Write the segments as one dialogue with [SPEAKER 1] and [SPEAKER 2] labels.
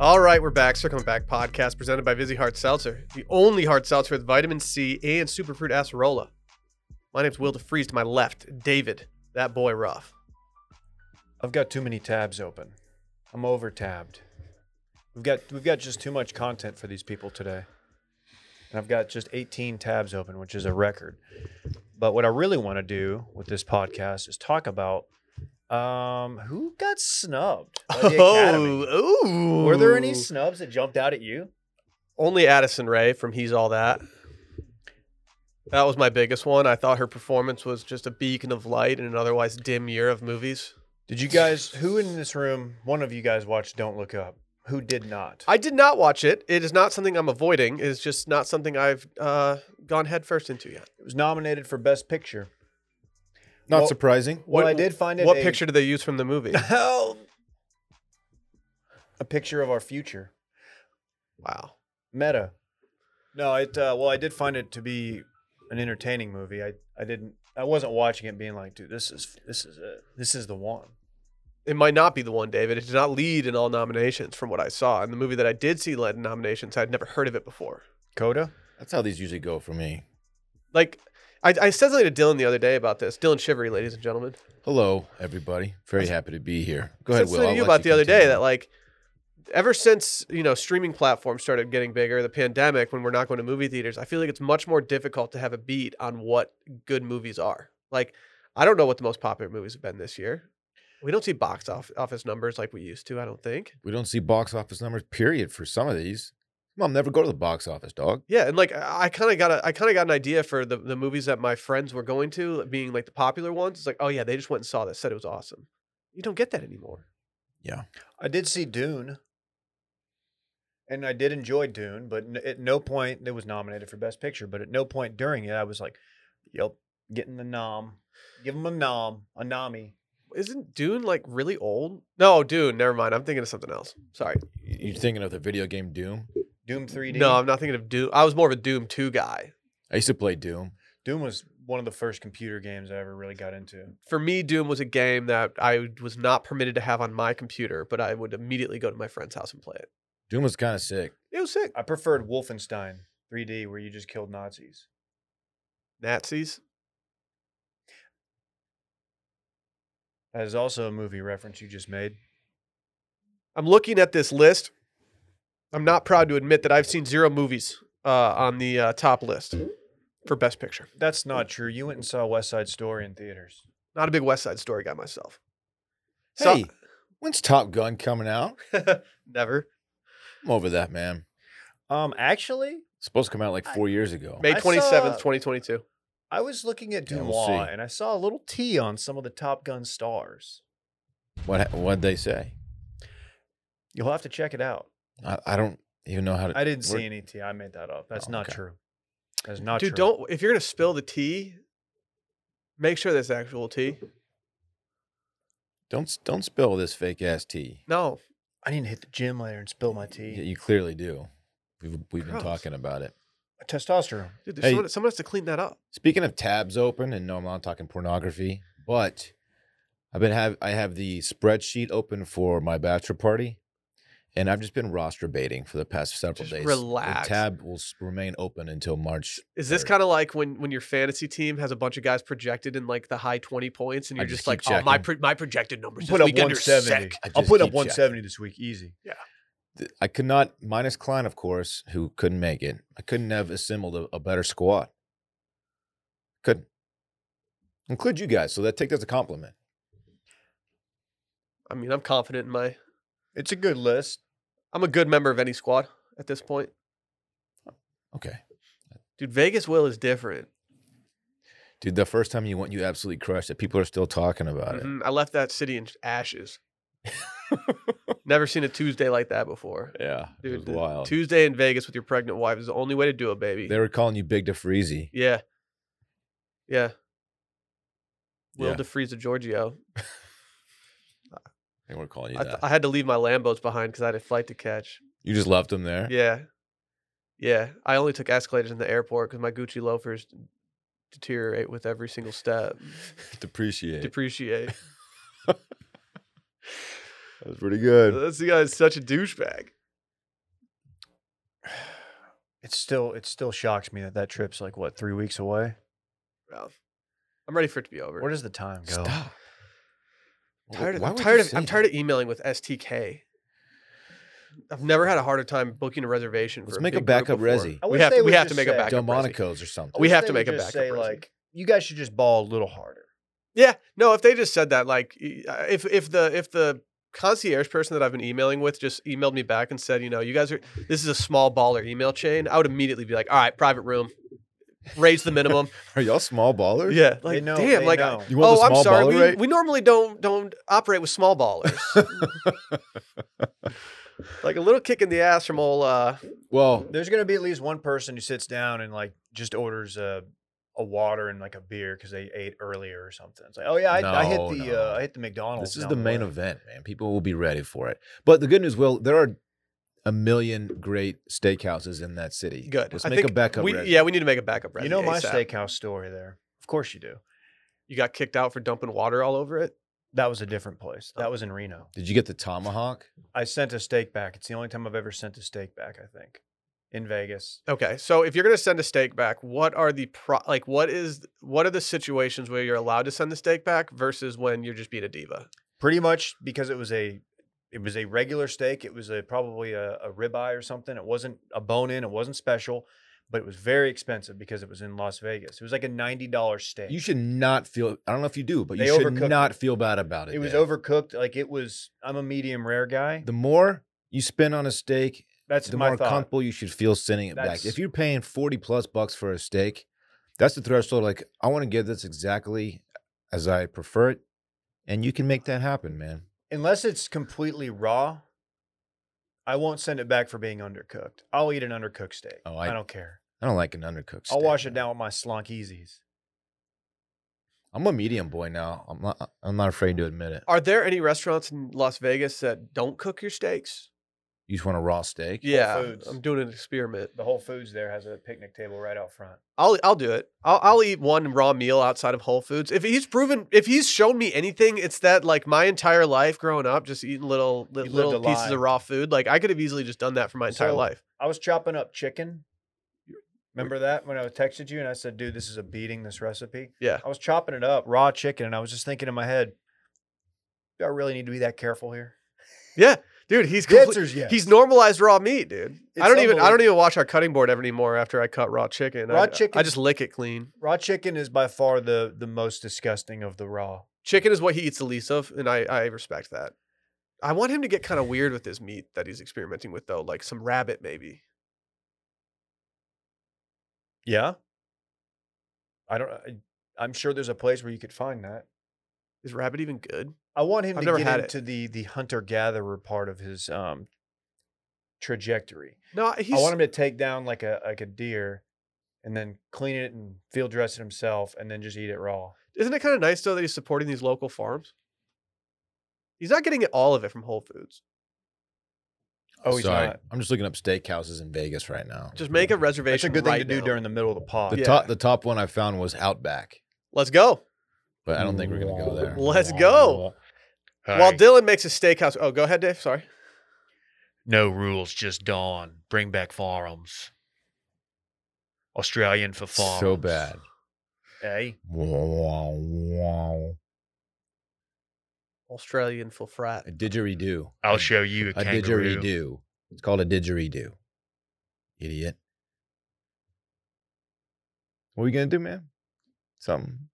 [SPEAKER 1] All right, we're back. Circling Back podcast presented by Vizzy Heart Seltzer, the only hard seltzer with vitamin C and superfruit acerola. My name's Will DeFreeze. To my left, David, that boy Ruff.
[SPEAKER 2] I've got too many tabs open. I'm over tabbed. We've got we've got just too much content for these people today. And I've got just 18 tabs open, which is a record. But what I really want to do with this podcast is talk about um, who got snubbed by the Academy.
[SPEAKER 1] Oh, ooh.
[SPEAKER 2] Were there any snubs that jumped out at you?
[SPEAKER 1] Only Addison Ray from He's All That. That was my biggest one. I thought her performance was just a beacon of light in an otherwise dim year of movies.
[SPEAKER 2] Did you guys who in this room, one of you guys watched Don't Look Up? Who did not?
[SPEAKER 1] I did not watch it. It is not something I'm avoiding. It is just not something I've uh, gone headfirst into yet.
[SPEAKER 2] It was nominated for Best Picture.
[SPEAKER 3] Not
[SPEAKER 2] Well-
[SPEAKER 3] surprising.
[SPEAKER 2] What,
[SPEAKER 1] What-
[SPEAKER 2] I did find it
[SPEAKER 1] What
[SPEAKER 2] a-
[SPEAKER 1] picture did they use from the movie?
[SPEAKER 2] a picture of our future.
[SPEAKER 1] wow.
[SPEAKER 2] Meta. No, it. Uh, well, I did find it to be an entertaining movie. I, I didn't. I wasn't watching it being like, dude, this is this is it. This is the one.
[SPEAKER 1] It might not be the one, David. It did not lead in all nominations from what I saw. And the movie that I did see led in nominations, I'd never heard of it before.
[SPEAKER 2] Coda.
[SPEAKER 3] That's how these usually go for me.
[SPEAKER 1] Like, I, I said something to Dylan the other day about this. Dylan Shivery, ladies and gentlemen.
[SPEAKER 3] Hello, everybody. Very happy to be here. Go
[SPEAKER 1] I
[SPEAKER 3] ahead,
[SPEAKER 1] said
[SPEAKER 3] Will.
[SPEAKER 1] something
[SPEAKER 3] I'll
[SPEAKER 1] to you
[SPEAKER 3] let
[SPEAKER 1] about the other day
[SPEAKER 3] continue.
[SPEAKER 1] that like ever since you know streaming platforms started getting bigger the pandemic when we're not going to movie theaters i feel like it's much more difficult to have a beat on what good movies are like i don't know what the most popular movies have been this year we don't see box off- office numbers like we used to i don't think
[SPEAKER 3] we don't see box office numbers. Period. For some of these, mom never go to the box office, dog.
[SPEAKER 1] yeah and like i kind of got a i kind of got an idea for the, the movies that my friends were going to being like the popular ones it's like oh yeah they just went and saw this said it was awesome you don't get that anymore
[SPEAKER 2] I did see Dune. And I did enjoy Dune, but n- at no point it was nominated for Best Picture. But at no point during it, I was like, "Yep, getting the nom, give him a nom, a nommy."
[SPEAKER 1] isn't dune like really old no dune never mind i'm thinking of something else sorry
[SPEAKER 3] You're thinking of the video game Doom.
[SPEAKER 2] Doom 3D.
[SPEAKER 1] No, I'm not thinking of Doom. I was more of a Doom 2 guy.
[SPEAKER 3] I used to play Doom.
[SPEAKER 2] Doom was one of the first computer games I ever really got into.
[SPEAKER 1] For me, Doom was a game that I was not permitted to have on my computer, but I would immediately go to my friend's house and play it.
[SPEAKER 3] Doom was kind of sick.
[SPEAKER 1] It was sick.
[SPEAKER 2] I preferred Wolfenstein 3D, where you just killed Nazis.
[SPEAKER 1] Nazis.
[SPEAKER 2] That is also a movie reference you just made.
[SPEAKER 1] I'm looking at this list. I'm not proud to admit that I've seen zero movies uh, on the uh, top list for Best Picture.
[SPEAKER 2] That's not true. You went and saw West Side Story in theaters.
[SPEAKER 1] Not a big West Side Story guy myself. So-
[SPEAKER 3] Hey, when's Top Gun coming out?
[SPEAKER 1] Never.
[SPEAKER 3] I'm over that, man.
[SPEAKER 2] Um, actually,
[SPEAKER 3] It's supposed to come out like four years ago.
[SPEAKER 1] May
[SPEAKER 2] I saw-
[SPEAKER 1] 27th, 2022.
[SPEAKER 2] I was looking at
[SPEAKER 3] Yeah,
[SPEAKER 2] Dumois,
[SPEAKER 3] we'll see.
[SPEAKER 2] and I saw a little T on some of the Top Gun stars.
[SPEAKER 3] What what they say?
[SPEAKER 2] You'll have to check it out.
[SPEAKER 3] I, I don't even know how to.
[SPEAKER 2] I didn't see
[SPEAKER 3] we're-
[SPEAKER 2] any T. I made that up. That's
[SPEAKER 3] Oh,
[SPEAKER 2] not
[SPEAKER 3] okay.
[SPEAKER 2] true. That's not
[SPEAKER 1] Dude,
[SPEAKER 2] true.
[SPEAKER 1] don't. If you're going to spill the tea, make sure that's actual tea.
[SPEAKER 3] Don't don't spill this fake ass tea.
[SPEAKER 1] No.
[SPEAKER 2] I need to hit the gym later and spill my tea.
[SPEAKER 3] Yeah, you clearly do. We've we've been
[SPEAKER 1] Gross.
[SPEAKER 3] talking about it.
[SPEAKER 2] Testosterone.
[SPEAKER 1] Dude, there's
[SPEAKER 3] Hey.
[SPEAKER 1] someone, someone has to clean that up.
[SPEAKER 3] Speaking of tabs open, and no, I'm not talking pornography, but I've been have I have the spreadsheet open for my bachelor party, and I've just been roster baiting for the past several
[SPEAKER 1] Just
[SPEAKER 3] days.
[SPEAKER 1] relax.
[SPEAKER 3] The tab will s- remain open until March.
[SPEAKER 1] Is this
[SPEAKER 3] Or-
[SPEAKER 1] kind of like when when your fantasy team has a bunch of guys projected in like the high twenty points, and
[SPEAKER 3] I
[SPEAKER 1] you're
[SPEAKER 3] just
[SPEAKER 1] just, like,
[SPEAKER 3] keep
[SPEAKER 1] oh, my
[SPEAKER 3] checking.
[SPEAKER 1] pro- my projected numbers this
[SPEAKER 2] Put up
[SPEAKER 1] weekend are
[SPEAKER 2] 170.
[SPEAKER 1] sick.
[SPEAKER 3] I
[SPEAKER 2] I'll
[SPEAKER 3] just
[SPEAKER 2] put up
[SPEAKER 3] keep checking.
[SPEAKER 2] 170 this week, easy.
[SPEAKER 3] Th- I could not minus Klein, of course, who couldn't make it. I couldn't have assembled a, a better squad. Couldn't include you guys, so that take that as a compliment.
[SPEAKER 1] I mean, I'm confident in my.
[SPEAKER 2] It's a good list.
[SPEAKER 1] I'm a good member of any squad at this point,
[SPEAKER 3] Okay,
[SPEAKER 1] dude. Vegas will is different.
[SPEAKER 3] dude, the first time you went, you absolutely crushed it. People are still talking about it.
[SPEAKER 1] Mhm. I left that city in ashes. Never seen a Tuesday like that before,
[SPEAKER 3] Yeah,
[SPEAKER 1] dude.
[SPEAKER 3] it was
[SPEAKER 1] the
[SPEAKER 3] wild.
[SPEAKER 1] Tuesday in Vegas with your pregnant wife is the only way to do it, baby.
[SPEAKER 3] They were calling you Big DeFreezy.
[SPEAKER 1] yeah, yeah. Will
[SPEAKER 3] Yeah.
[SPEAKER 1] DeFreeze of Giorgio.
[SPEAKER 3] They were calling you
[SPEAKER 1] I,
[SPEAKER 3] that.
[SPEAKER 1] th- I had to leave my Lambos behind because I had a flight to catch.
[SPEAKER 3] you just left them there.
[SPEAKER 1] Yeah. Yeah. I only took escalators in the airport because my Gucci loafers d- deteriorate with every single step,
[SPEAKER 3] Depreciate.
[SPEAKER 1] depreciate.
[SPEAKER 3] that was pretty good.
[SPEAKER 1] this guy is such a douchebag.
[SPEAKER 2] It's still it still shocks me that that trip's like what three weeks away.
[SPEAKER 1] Well, I'm ready for it to be over.
[SPEAKER 2] Where does the time go?
[SPEAKER 3] Stop.
[SPEAKER 1] I'm
[SPEAKER 3] Wh-
[SPEAKER 1] tired of,
[SPEAKER 3] why
[SPEAKER 1] I'm
[SPEAKER 3] would you
[SPEAKER 1] tired of
[SPEAKER 3] say
[SPEAKER 1] I'm
[SPEAKER 3] that?
[SPEAKER 1] tired of emailing with STK. I've never had a harder time booking a reservation.
[SPEAKER 3] Let's
[SPEAKER 1] for
[SPEAKER 3] make a
[SPEAKER 1] big group
[SPEAKER 3] backup
[SPEAKER 1] before.
[SPEAKER 3] resi.
[SPEAKER 2] I
[SPEAKER 1] We
[SPEAKER 2] wish
[SPEAKER 1] have-
[SPEAKER 2] they
[SPEAKER 1] we
[SPEAKER 2] would
[SPEAKER 1] have to
[SPEAKER 2] just
[SPEAKER 1] make a
[SPEAKER 2] say-
[SPEAKER 1] backup
[SPEAKER 3] Delmonicos or something.
[SPEAKER 2] I
[SPEAKER 1] We
[SPEAKER 2] wish
[SPEAKER 1] have
[SPEAKER 2] they
[SPEAKER 1] to
[SPEAKER 2] would
[SPEAKER 1] make a
[SPEAKER 2] just
[SPEAKER 1] backup
[SPEAKER 2] Say
[SPEAKER 1] resi.
[SPEAKER 2] like you guys should just ball a little harder.
[SPEAKER 1] Yeah, no. If they just said that, like, y- uh, if if the if the concierge person that I've been emailing with just emailed me back and said, you know, you guys are this is a small baller email chain, I would immediately be like, all right, private room, raise the minimum.
[SPEAKER 3] Are y'all small ballers?
[SPEAKER 1] Oh. yeah,
[SPEAKER 2] They
[SPEAKER 1] like
[SPEAKER 2] know-
[SPEAKER 1] damn,
[SPEAKER 2] they
[SPEAKER 1] like.
[SPEAKER 2] know.
[SPEAKER 3] You want
[SPEAKER 1] oh,
[SPEAKER 3] the small
[SPEAKER 1] I'm sorry.
[SPEAKER 3] baller
[SPEAKER 1] We,
[SPEAKER 3] rate?
[SPEAKER 1] we normally don't don't operate with small ballers. like a little kick in the ass from old uh,
[SPEAKER 3] well,
[SPEAKER 2] There's gonna be at least one person who sits down and like just orders a a water and like a beer because they ate earlier or something. It's like, oh yeah, I, I
[SPEAKER 3] No,
[SPEAKER 2] hit the
[SPEAKER 3] no.
[SPEAKER 2] uh, I hit the McDonald's.
[SPEAKER 3] this is
[SPEAKER 2] down
[SPEAKER 3] the main
[SPEAKER 2] way.
[SPEAKER 3] event, man. People will be ready for it. But the good news, Will, there are a million great steakhouses in that city.
[SPEAKER 1] good.
[SPEAKER 3] Let's
[SPEAKER 1] I
[SPEAKER 3] make a
[SPEAKER 1] think
[SPEAKER 3] backup.
[SPEAKER 1] We,
[SPEAKER 3] resi.
[SPEAKER 1] yeah, we need to make a backup.
[SPEAKER 2] You
[SPEAKER 1] resi
[SPEAKER 2] know my
[SPEAKER 1] ASAP.
[SPEAKER 2] steakhouse story there. Of course you do.
[SPEAKER 1] You got kicked out for dumping water all over it.
[SPEAKER 2] That was a different place.
[SPEAKER 1] Oh.
[SPEAKER 2] That was in Reno.
[SPEAKER 3] Did you get the tomahawk?
[SPEAKER 2] I sent a steak back. It's the only time I've ever sent a steak back. I think in Vegas.
[SPEAKER 1] Okay, so if you're gonna send a steak back, what are the pro- like? What is what are the situations where you're allowed to send the steak back versus when you're just being a diva?
[SPEAKER 2] pretty much because it was a it was a regular steak it was a probably a, a ribeye or something it wasn't a bone in it wasn't special but it was very expensive because it was in las vegas it was like a $90 steak
[SPEAKER 3] You should not feel. I don't know if you do, but you
[SPEAKER 2] They
[SPEAKER 3] should
[SPEAKER 2] overcooked
[SPEAKER 3] not feel bad about it.
[SPEAKER 2] it was
[SPEAKER 3] Dave.
[SPEAKER 2] overcooked like it was i'm a medium rare guy
[SPEAKER 3] The more you spend on a steak,
[SPEAKER 2] that's
[SPEAKER 3] the
[SPEAKER 2] my
[SPEAKER 3] more
[SPEAKER 2] thought
[SPEAKER 3] comfortable you should feel sending it back.
[SPEAKER 2] That's-
[SPEAKER 3] If you're paying 40 plus bucks for a steak, that's the threshold. Like, I want to get this exactly as I prefer it. And you can make that happen, man.
[SPEAKER 2] unless it's completely raw i won't send it back for being undercooked i'll eat an undercooked steak
[SPEAKER 3] Oh,
[SPEAKER 2] I,
[SPEAKER 3] I-
[SPEAKER 2] don't care
[SPEAKER 3] I don't like an undercooked steak.
[SPEAKER 2] i'll wash it
[SPEAKER 3] man.
[SPEAKER 2] down with my slonk easies
[SPEAKER 3] I'm a medium boy now. I'm not, I'm not afraid to admit it.
[SPEAKER 1] Are there any restaurants in Las Vegas that don't cook your steaks?
[SPEAKER 3] You just want a raw steak?
[SPEAKER 1] Yeah,
[SPEAKER 2] Foods.
[SPEAKER 1] I'm doing an experiment.
[SPEAKER 2] the whole foods there has a picnic table right out front
[SPEAKER 1] I'll I'll do it. I'll I'll eat one raw meal outside of Whole Foods. If he's proven, if he's shown me anything, it's that like my entire life growing up, just eating little li-
[SPEAKER 2] You lived
[SPEAKER 1] little
[SPEAKER 2] a
[SPEAKER 1] pieces
[SPEAKER 2] lie.
[SPEAKER 1] of raw food. Like I could have easily just done that for my entire
[SPEAKER 2] So-
[SPEAKER 1] life.
[SPEAKER 2] I was chopping up chicken. Remember that when I texted you and I said, dude, this is a beating, this recipe?
[SPEAKER 1] Yeah.
[SPEAKER 2] I was chopping it up, raw chicken, and I was just thinking in my head, do I really need to be that careful here?
[SPEAKER 1] Yeah, dude, he's
[SPEAKER 2] The
[SPEAKER 1] complete,
[SPEAKER 2] answer's yes.
[SPEAKER 1] he's normalized raw meat, dude.
[SPEAKER 2] It's
[SPEAKER 1] I don't even I don't
[SPEAKER 2] unbelievable.
[SPEAKER 1] even watch our cutting board ever anymore after I cut raw chicken. I-
[SPEAKER 2] Raw
[SPEAKER 1] I, I
[SPEAKER 2] chicken-
[SPEAKER 1] just lick it clean.
[SPEAKER 2] raw chicken is by far the the most disgusting of the raw.
[SPEAKER 1] Chicken is what he eats the least of, and I I respect that. I want him to get kind of weird with his meat that he's experimenting with though, like some rabbit maybe.
[SPEAKER 2] Yeah. I don't I, I'm sure there's a place where you could find that.
[SPEAKER 1] Is rabbit even good?
[SPEAKER 2] I want him
[SPEAKER 1] I've
[SPEAKER 2] to
[SPEAKER 1] never
[SPEAKER 2] get
[SPEAKER 1] had it.
[SPEAKER 2] into the the hunter gatherer part of his um trajectory.
[SPEAKER 1] No, he's
[SPEAKER 2] I want him to take down like a like a deer, and then clean it and field dress it himself, and then just eat it raw.
[SPEAKER 1] isn't it kind of nice though that he's supporting these local farms? He's not getting all of it from Whole Foods.
[SPEAKER 2] Oh, he's
[SPEAKER 3] Sorry.
[SPEAKER 2] not.
[SPEAKER 3] I'm just looking up steakhouses in Vegas right now.
[SPEAKER 1] Just make a reservation.
[SPEAKER 2] That's a good thing
[SPEAKER 1] right
[SPEAKER 2] to do
[SPEAKER 1] now.
[SPEAKER 2] during the middle of the pod.
[SPEAKER 3] the
[SPEAKER 1] Yeah.
[SPEAKER 3] top. The top one I found was Outback,
[SPEAKER 1] Let's go.
[SPEAKER 3] but I don't think we're gonna go there.
[SPEAKER 1] Let's go. While Dylan makes a steakhouse. Oh, go ahead, Dave. Sorry.
[SPEAKER 2] no rules, just dawn. Bring back farms. Australian for
[SPEAKER 3] So bad.
[SPEAKER 2] Hey,
[SPEAKER 3] Wow, wow.
[SPEAKER 1] Australian full frat.
[SPEAKER 3] A didgeridoo. A-
[SPEAKER 2] you
[SPEAKER 3] a didgeridoo. It's called a didgeridoo. Idiot. What are you gonna do, man? Something.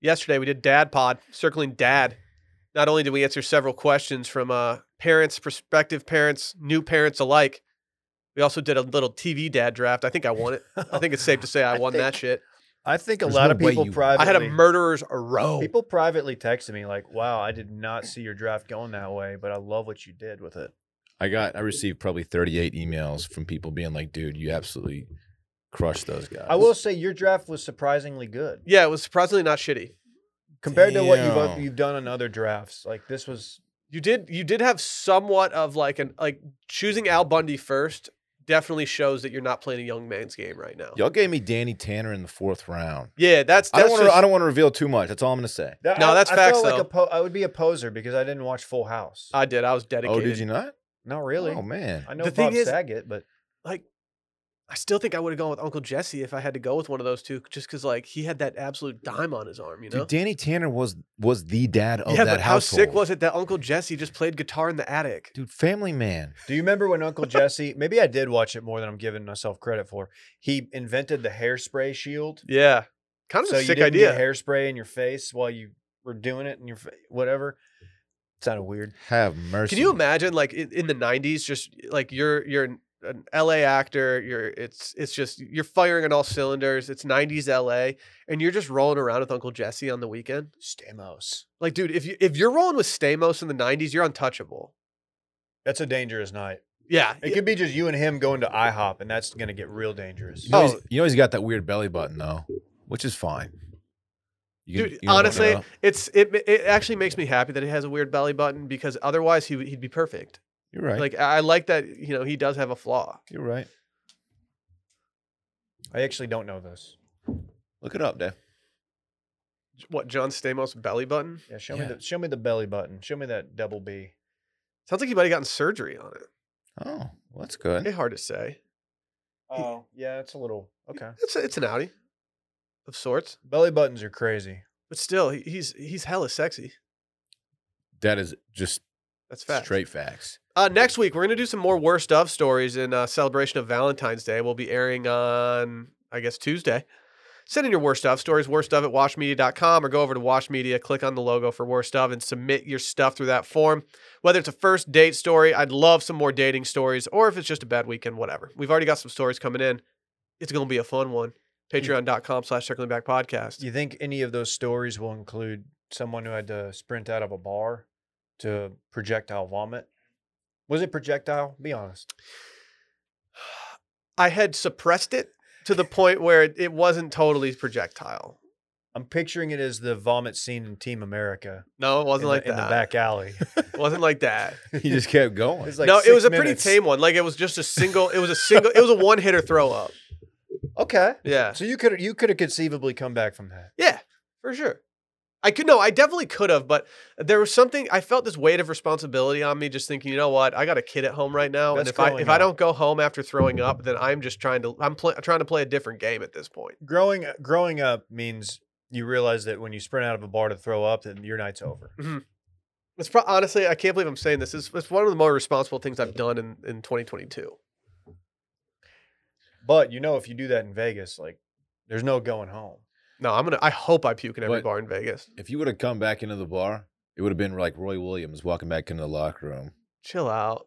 [SPEAKER 1] yesterday we did dad pod circling dad not only did we answer several questions from uh, parents prospective parents new parents alike we also did a little tv dad draft i think i won it i think it's safe to say i,
[SPEAKER 2] Oh, I
[SPEAKER 1] won that
[SPEAKER 2] think-
[SPEAKER 1] shit
[SPEAKER 2] I think a
[SPEAKER 3] There's
[SPEAKER 2] lot
[SPEAKER 3] no
[SPEAKER 2] of
[SPEAKER 3] way
[SPEAKER 2] people
[SPEAKER 3] you-
[SPEAKER 2] privately.
[SPEAKER 1] i had a murderer's row
[SPEAKER 2] People privately texted me like, "Wow, I did not see your draft going that way, but I love what you did with it."
[SPEAKER 3] I got. I received probably 38 emails from people being like, "Dude, you absolutely crushed those guys."
[SPEAKER 2] I will say your draft was surprisingly good.
[SPEAKER 1] yeah it was surprisingly not shitty
[SPEAKER 2] compared to what
[SPEAKER 3] Damn.
[SPEAKER 2] you've you've done in other drafts. Like this was
[SPEAKER 1] you did you did have somewhat of like an like choosing al bundy first definitely shows that you're not playing a young man's game right now
[SPEAKER 3] Y'all gave me Danny Tanner in the fourth round.
[SPEAKER 1] yeah that's
[SPEAKER 3] I
[SPEAKER 1] that's
[SPEAKER 3] don't want to.
[SPEAKER 1] just-
[SPEAKER 3] I don't want to reveal too much. That's all I'm gonna say.
[SPEAKER 2] that,
[SPEAKER 1] No,
[SPEAKER 2] I,
[SPEAKER 1] that's
[SPEAKER 2] I
[SPEAKER 1] facts,
[SPEAKER 2] Felt like
[SPEAKER 1] though.
[SPEAKER 2] a po- I would be a poser because I didn't watch Full House.
[SPEAKER 1] I did i was dedicated
[SPEAKER 3] Oh, did you not?
[SPEAKER 2] Not really.
[SPEAKER 3] Oh man.
[SPEAKER 2] I know
[SPEAKER 1] The
[SPEAKER 2] Bob
[SPEAKER 1] thing is-
[SPEAKER 2] Saget, but
[SPEAKER 1] I still think I would have gone with Uncle Jesse if I had to go with one of those two, just because like he had that absolute dime on his arm, you know.
[SPEAKER 3] Dude, Danny Tanner was was the dad of
[SPEAKER 1] yeah,
[SPEAKER 3] that
[SPEAKER 1] but how sick
[SPEAKER 3] household.
[SPEAKER 1] was it that Uncle Jesse just played guitar in the attic?
[SPEAKER 3] Dude, family man.
[SPEAKER 2] Do you remember when Uncle Jesse? Maybe I did watch it more than I'm giving myself credit for. He invented the hairspray shield.
[SPEAKER 1] Yeah, kind of
[SPEAKER 2] So
[SPEAKER 1] a
[SPEAKER 2] you
[SPEAKER 1] sick
[SPEAKER 2] didn't
[SPEAKER 1] idea.
[SPEAKER 2] get hairspray in your face while you were doing it, in your fa- whatever. It's kind of weird.
[SPEAKER 3] Have mercy.
[SPEAKER 1] Can you imagine like in, in the '90s, just like you're you're an, an LA actor, you're it's it's just you're firing on all cylinders. It's '90s LA, and you're just rolling around with Uncle Jesse on the weekend.
[SPEAKER 2] Stamos.
[SPEAKER 1] Like, dude, if you if you're rolling with Stamos in the '90s, you're untouchable.
[SPEAKER 2] That's a dangerous night.
[SPEAKER 1] Yeah,
[SPEAKER 2] It
[SPEAKER 1] y-
[SPEAKER 2] could be just you and him going to IHOP, and that's gonna get real dangerous.
[SPEAKER 3] You know, he's-
[SPEAKER 1] Oh.
[SPEAKER 3] you know he's got that weird belly button though, which is fine. You can-
[SPEAKER 1] Dude,
[SPEAKER 3] you can look
[SPEAKER 1] honestly,
[SPEAKER 3] it up.
[SPEAKER 1] it's it. It actually makes me happy that he has a weird belly button because otherwise he would- he'd be perfect.
[SPEAKER 3] you're right.
[SPEAKER 1] Like I I like that you know he does have a flaw.
[SPEAKER 3] you're right.
[SPEAKER 2] I actually don't know this.
[SPEAKER 3] Look it up, Dave.
[SPEAKER 1] What John Stamos belly button
[SPEAKER 2] Yeah, show
[SPEAKER 3] Yeah.
[SPEAKER 2] me the show me the belly button. Show me that double B.
[SPEAKER 1] sounds like he might have gotten surgery on it.
[SPEAKER 3] Oh, well, that's good.
[SPEAKER 1] It's hard to say.
[SPEAKER 2] Oh, yeah, it's a little okay.
[SPEAKER 1] It's a, it's an Audi of sorts,
[SPEAKER 2] Belly buttons are crazy.
[SPEAKER 1] but still he, he's he's hella sexy.
[SPEAKER 3] That is just
[SPEAKER 1] That's fact.
[SPEAKER 3] straight facts.
[SPEAKER 1] Uh, next week we're gonna do some more worst of stories in uh, celebration of Valentine's Day. We'll be airing on I guess Tuesday. Send in your worst of stories, worst of at washmedia.com or go over to Wash Media, click on the logo for worst of and submit your stuff through that form. Whether it's a first date story, I'd love some more dating stories, or if it's just a bad weekend, whatever. We've already got some stories coming in. It's gonna be a fun one. Patreon.com slash circling back podcast.
[SPEAKER 2] Do you think any of those stories will include someone who had to sprint out of a bar to projectile vomit? Was it projectile? Be honest.
[SPEAKER 1] I had suppressed it to the point where it, it wasn't totally projectile.
[SPEAKER 2] I'm picturing it as the vomit scene in Team America.
[SPEAKER 1] No, it wasn't
[SPEAKER 2] in
[SPEAKER 1] like
[SPEAKER 2] the, in
[SPEAKER 1] that.
[SPEAKER 2] the back alley.
[SPEAKER 1] It wasn't like that.
[SPEAKER 3] He just kept going.
[SPEAKER 2] It's like
[SPEAKER 1] no, it
[SPEAKER 2] six
[SPEAKER 1] was a
[SPEAKER 2] minutes.
[SPEAKER 1] pretty tame one. Like it was just a single. It was a single. it was a one hitter throw up.
[SPEAKER 2] Okay.
[SPEAKER 1] Yeah,
[SPEAKER 2] So you could you could have conceivably come back from that.
[SPEAKER 1] yeah, for sure. I could no, I definitely could have, but there was something. I felt this weight of responsibility on me, just thinking, you know what, I got a kid at home right now,
[SPEAKER 2] That's
[SPEAKER 1] and if I
[SPEAKER 2] growing
[SPEAKER 1] if
[SPEAKER 2] up.
[SPEAKER 1] I don't go home after throwing up, then I'm just trying to I'm pl- trying to play a different game at this point.
[SPEAKER 2] Growing growing up means you realize that when you sprint out of a bar to throw up, then your night's over.
[SPEAKER 1] It's pro- honestly, I can't believe I'm saying this. It's, it's one of the more responsible things I've done in in 2022.
[SPEAKER 2] But you know, if you do that in Vegas, like there's no going home.
[SPEAKER 1] No, I'm gonna. I hope I puke in every
[SPEAKER 3] But-
[SPEAKER 1] bar in Vegas.
[SPEAKER 3] if you would have come back into the bar, it would have been like Roy Williams walking back into the locker room.
[SPEAKER 1] Chill out.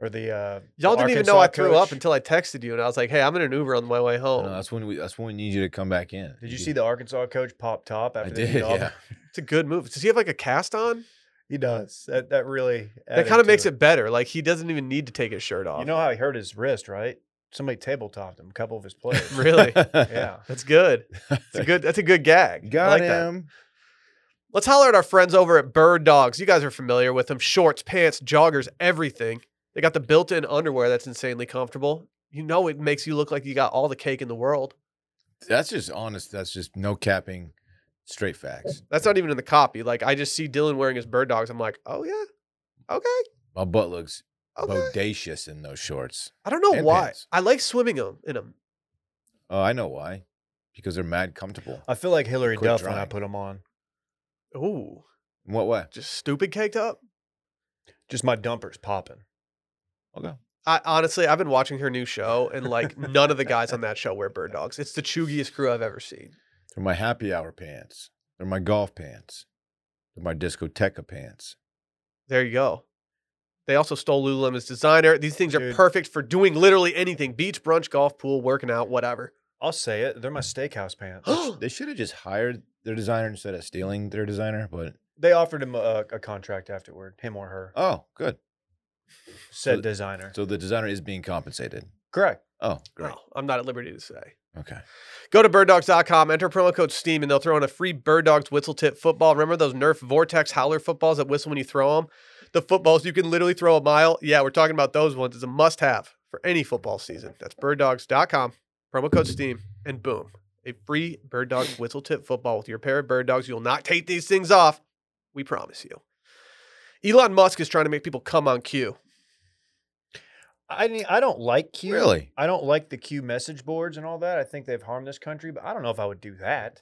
[SPEAKER 2] Or the uh,
[SPEAKER 1] Y'all
[SPEAKER 2] the
[SPEAKER 1] didn't even know I
[SPEAKER 2] Arkansas
[SPEAKER 1] threw up
[SPEAKER 2] coach-
[SPEAKER 1] until I texted you, and I was like, "Hey, I'm in an Uber on my way home."
[SPEAKER 3] No, that's when we. That's when we need you to come back in.
[SPEAKER 2] Did you see the Arkansas coach pop top
[SPEAKER 3] I
[SPEAKER 2] after they
[SPEAKER 3] did.
[SPEAKER 2] beat Auburn?
[SPEAKER 3] Yeah.
[SPEAKER 1] It's a good move. Does he have like a cast on?
[SPEAKER 2] He does. That that really
[SPEAKER 1] That kind of makes it better. Like he doesn't even need to take his shirt off.
[SPEAKER 2] You know how he hurt his wrist, right? Somebody tabletopped him, a couple of his players.
[SPEAKER 1] really?
[SPEAKER 2] Yeah.
[SPEAKER 1] That's good. That's a good. That's a good gag. I
[SPEAKER 3] Got
[SPEAKER 1] like that.
[SPEAKER 3] him.
[SPEAKER 1] Let's holler at our friends over at Bird Dogs. You guys are familiar with them shorts, pants, joggers, everything. They got the built in underwear that's insanely comfortable. You know, it makes you look like you got all the cake in the world.
[SPEAKER 3] That's just honest. That's just no capping, straight facts.
[SPEAKER 1] That's not even in the copy. Like, I just see Dylan wearing his Bird Dogs. I'm like, oh, yeah. Okay.
[SPEAKER 3] My butt looks
[SPEAKER 1] Okay.
[SPEAKER 3] bodacious in those shorts.
[SPEAKER 1] I don't know
[SPEAKER 3] And
[SPEAKER 1] why.
[SPEAKER 3] pants.
[SPEAKER 1] I like swimming 'em- in them.
[SPEAKER 3] Oh, I know why. Because they're mad comfortable.
[SPEAKER 2] I feel like Hillary
[SPEAKER 3] Quit
[SPEAKER 2] Duff when I
[SPEAKER 3] drawing.
[SPEAKER 2] put him on.
[SPEAKER 1] Ooh,
[SPEAKER 3] In what way?
[SPEAKER 1] just stupid caked up.
[SPEAKER 2] Just my dumpers popping.
[SPEAKER 3] Okay.
[SPEAKER 1] I honestly, I've been watching her new show, and like none of the guys on that show wear bird dogs. It's the chuggiest crew I've ever seen.
[SPEAKER 3] They're my happy hour pants. They're my golf pants. They're my discoteca pants.
[SPEAKER 1] There you go. They also stole Lululemon's designer. These things are
[SPEAKER 2] Dude.
[SPEAKER 1] perfect for doing literally anything: beach, brunch, golf, pool, working out, whatever.
[SPEAKER 2] I'll say it. They're my
[SPEAKER 1] Mm.
[SPEAKER 2] steakhouse pants.
[SPEAKER 3] They should have just hired their designer instead of stealing their designer. But
[SPEAKER 2] they offered him a, a contract afterward, him or her,
[SPEAKER 3] oh, good.
[SPEAKER 2] said
[SPEAKER 3] so-
[SPEAKER 2] designer.
[SPEAKER 3] So the designer is being compensated.
[SPEAKER 2] Correct.
[SPEAKER 3] Oh, great.
[SPEAKER 1] no, I'm not at liberty to say.
[SPEAKER 3] Okay.
[SPEAKER 1] Go to birddogs.com, enter promo code STEAM, and they'll throw in a free Bird Dogs whistle tip football. Remember those Nerf Vortex Howler footballs that whistle when you throw them? The footballs you can literally throw a mile. Yeah, we're talking about those ones. It's a must have for any football season. That's birddogs.com, promo code STEAM, and boom, a free Bird Dogs whistle tip football with your pair of Bird Dogs. You'll not take these things off. We promise you. Elon Musk is trying to make people come on cue.
[SPEAKER 2] I- I mean, I don't like Q.
[SPEAKER 3] Really?
[SPEAKER 2] I don't like the Q message boards and all that. I think they've harmed this country, but I don't know if I would do that.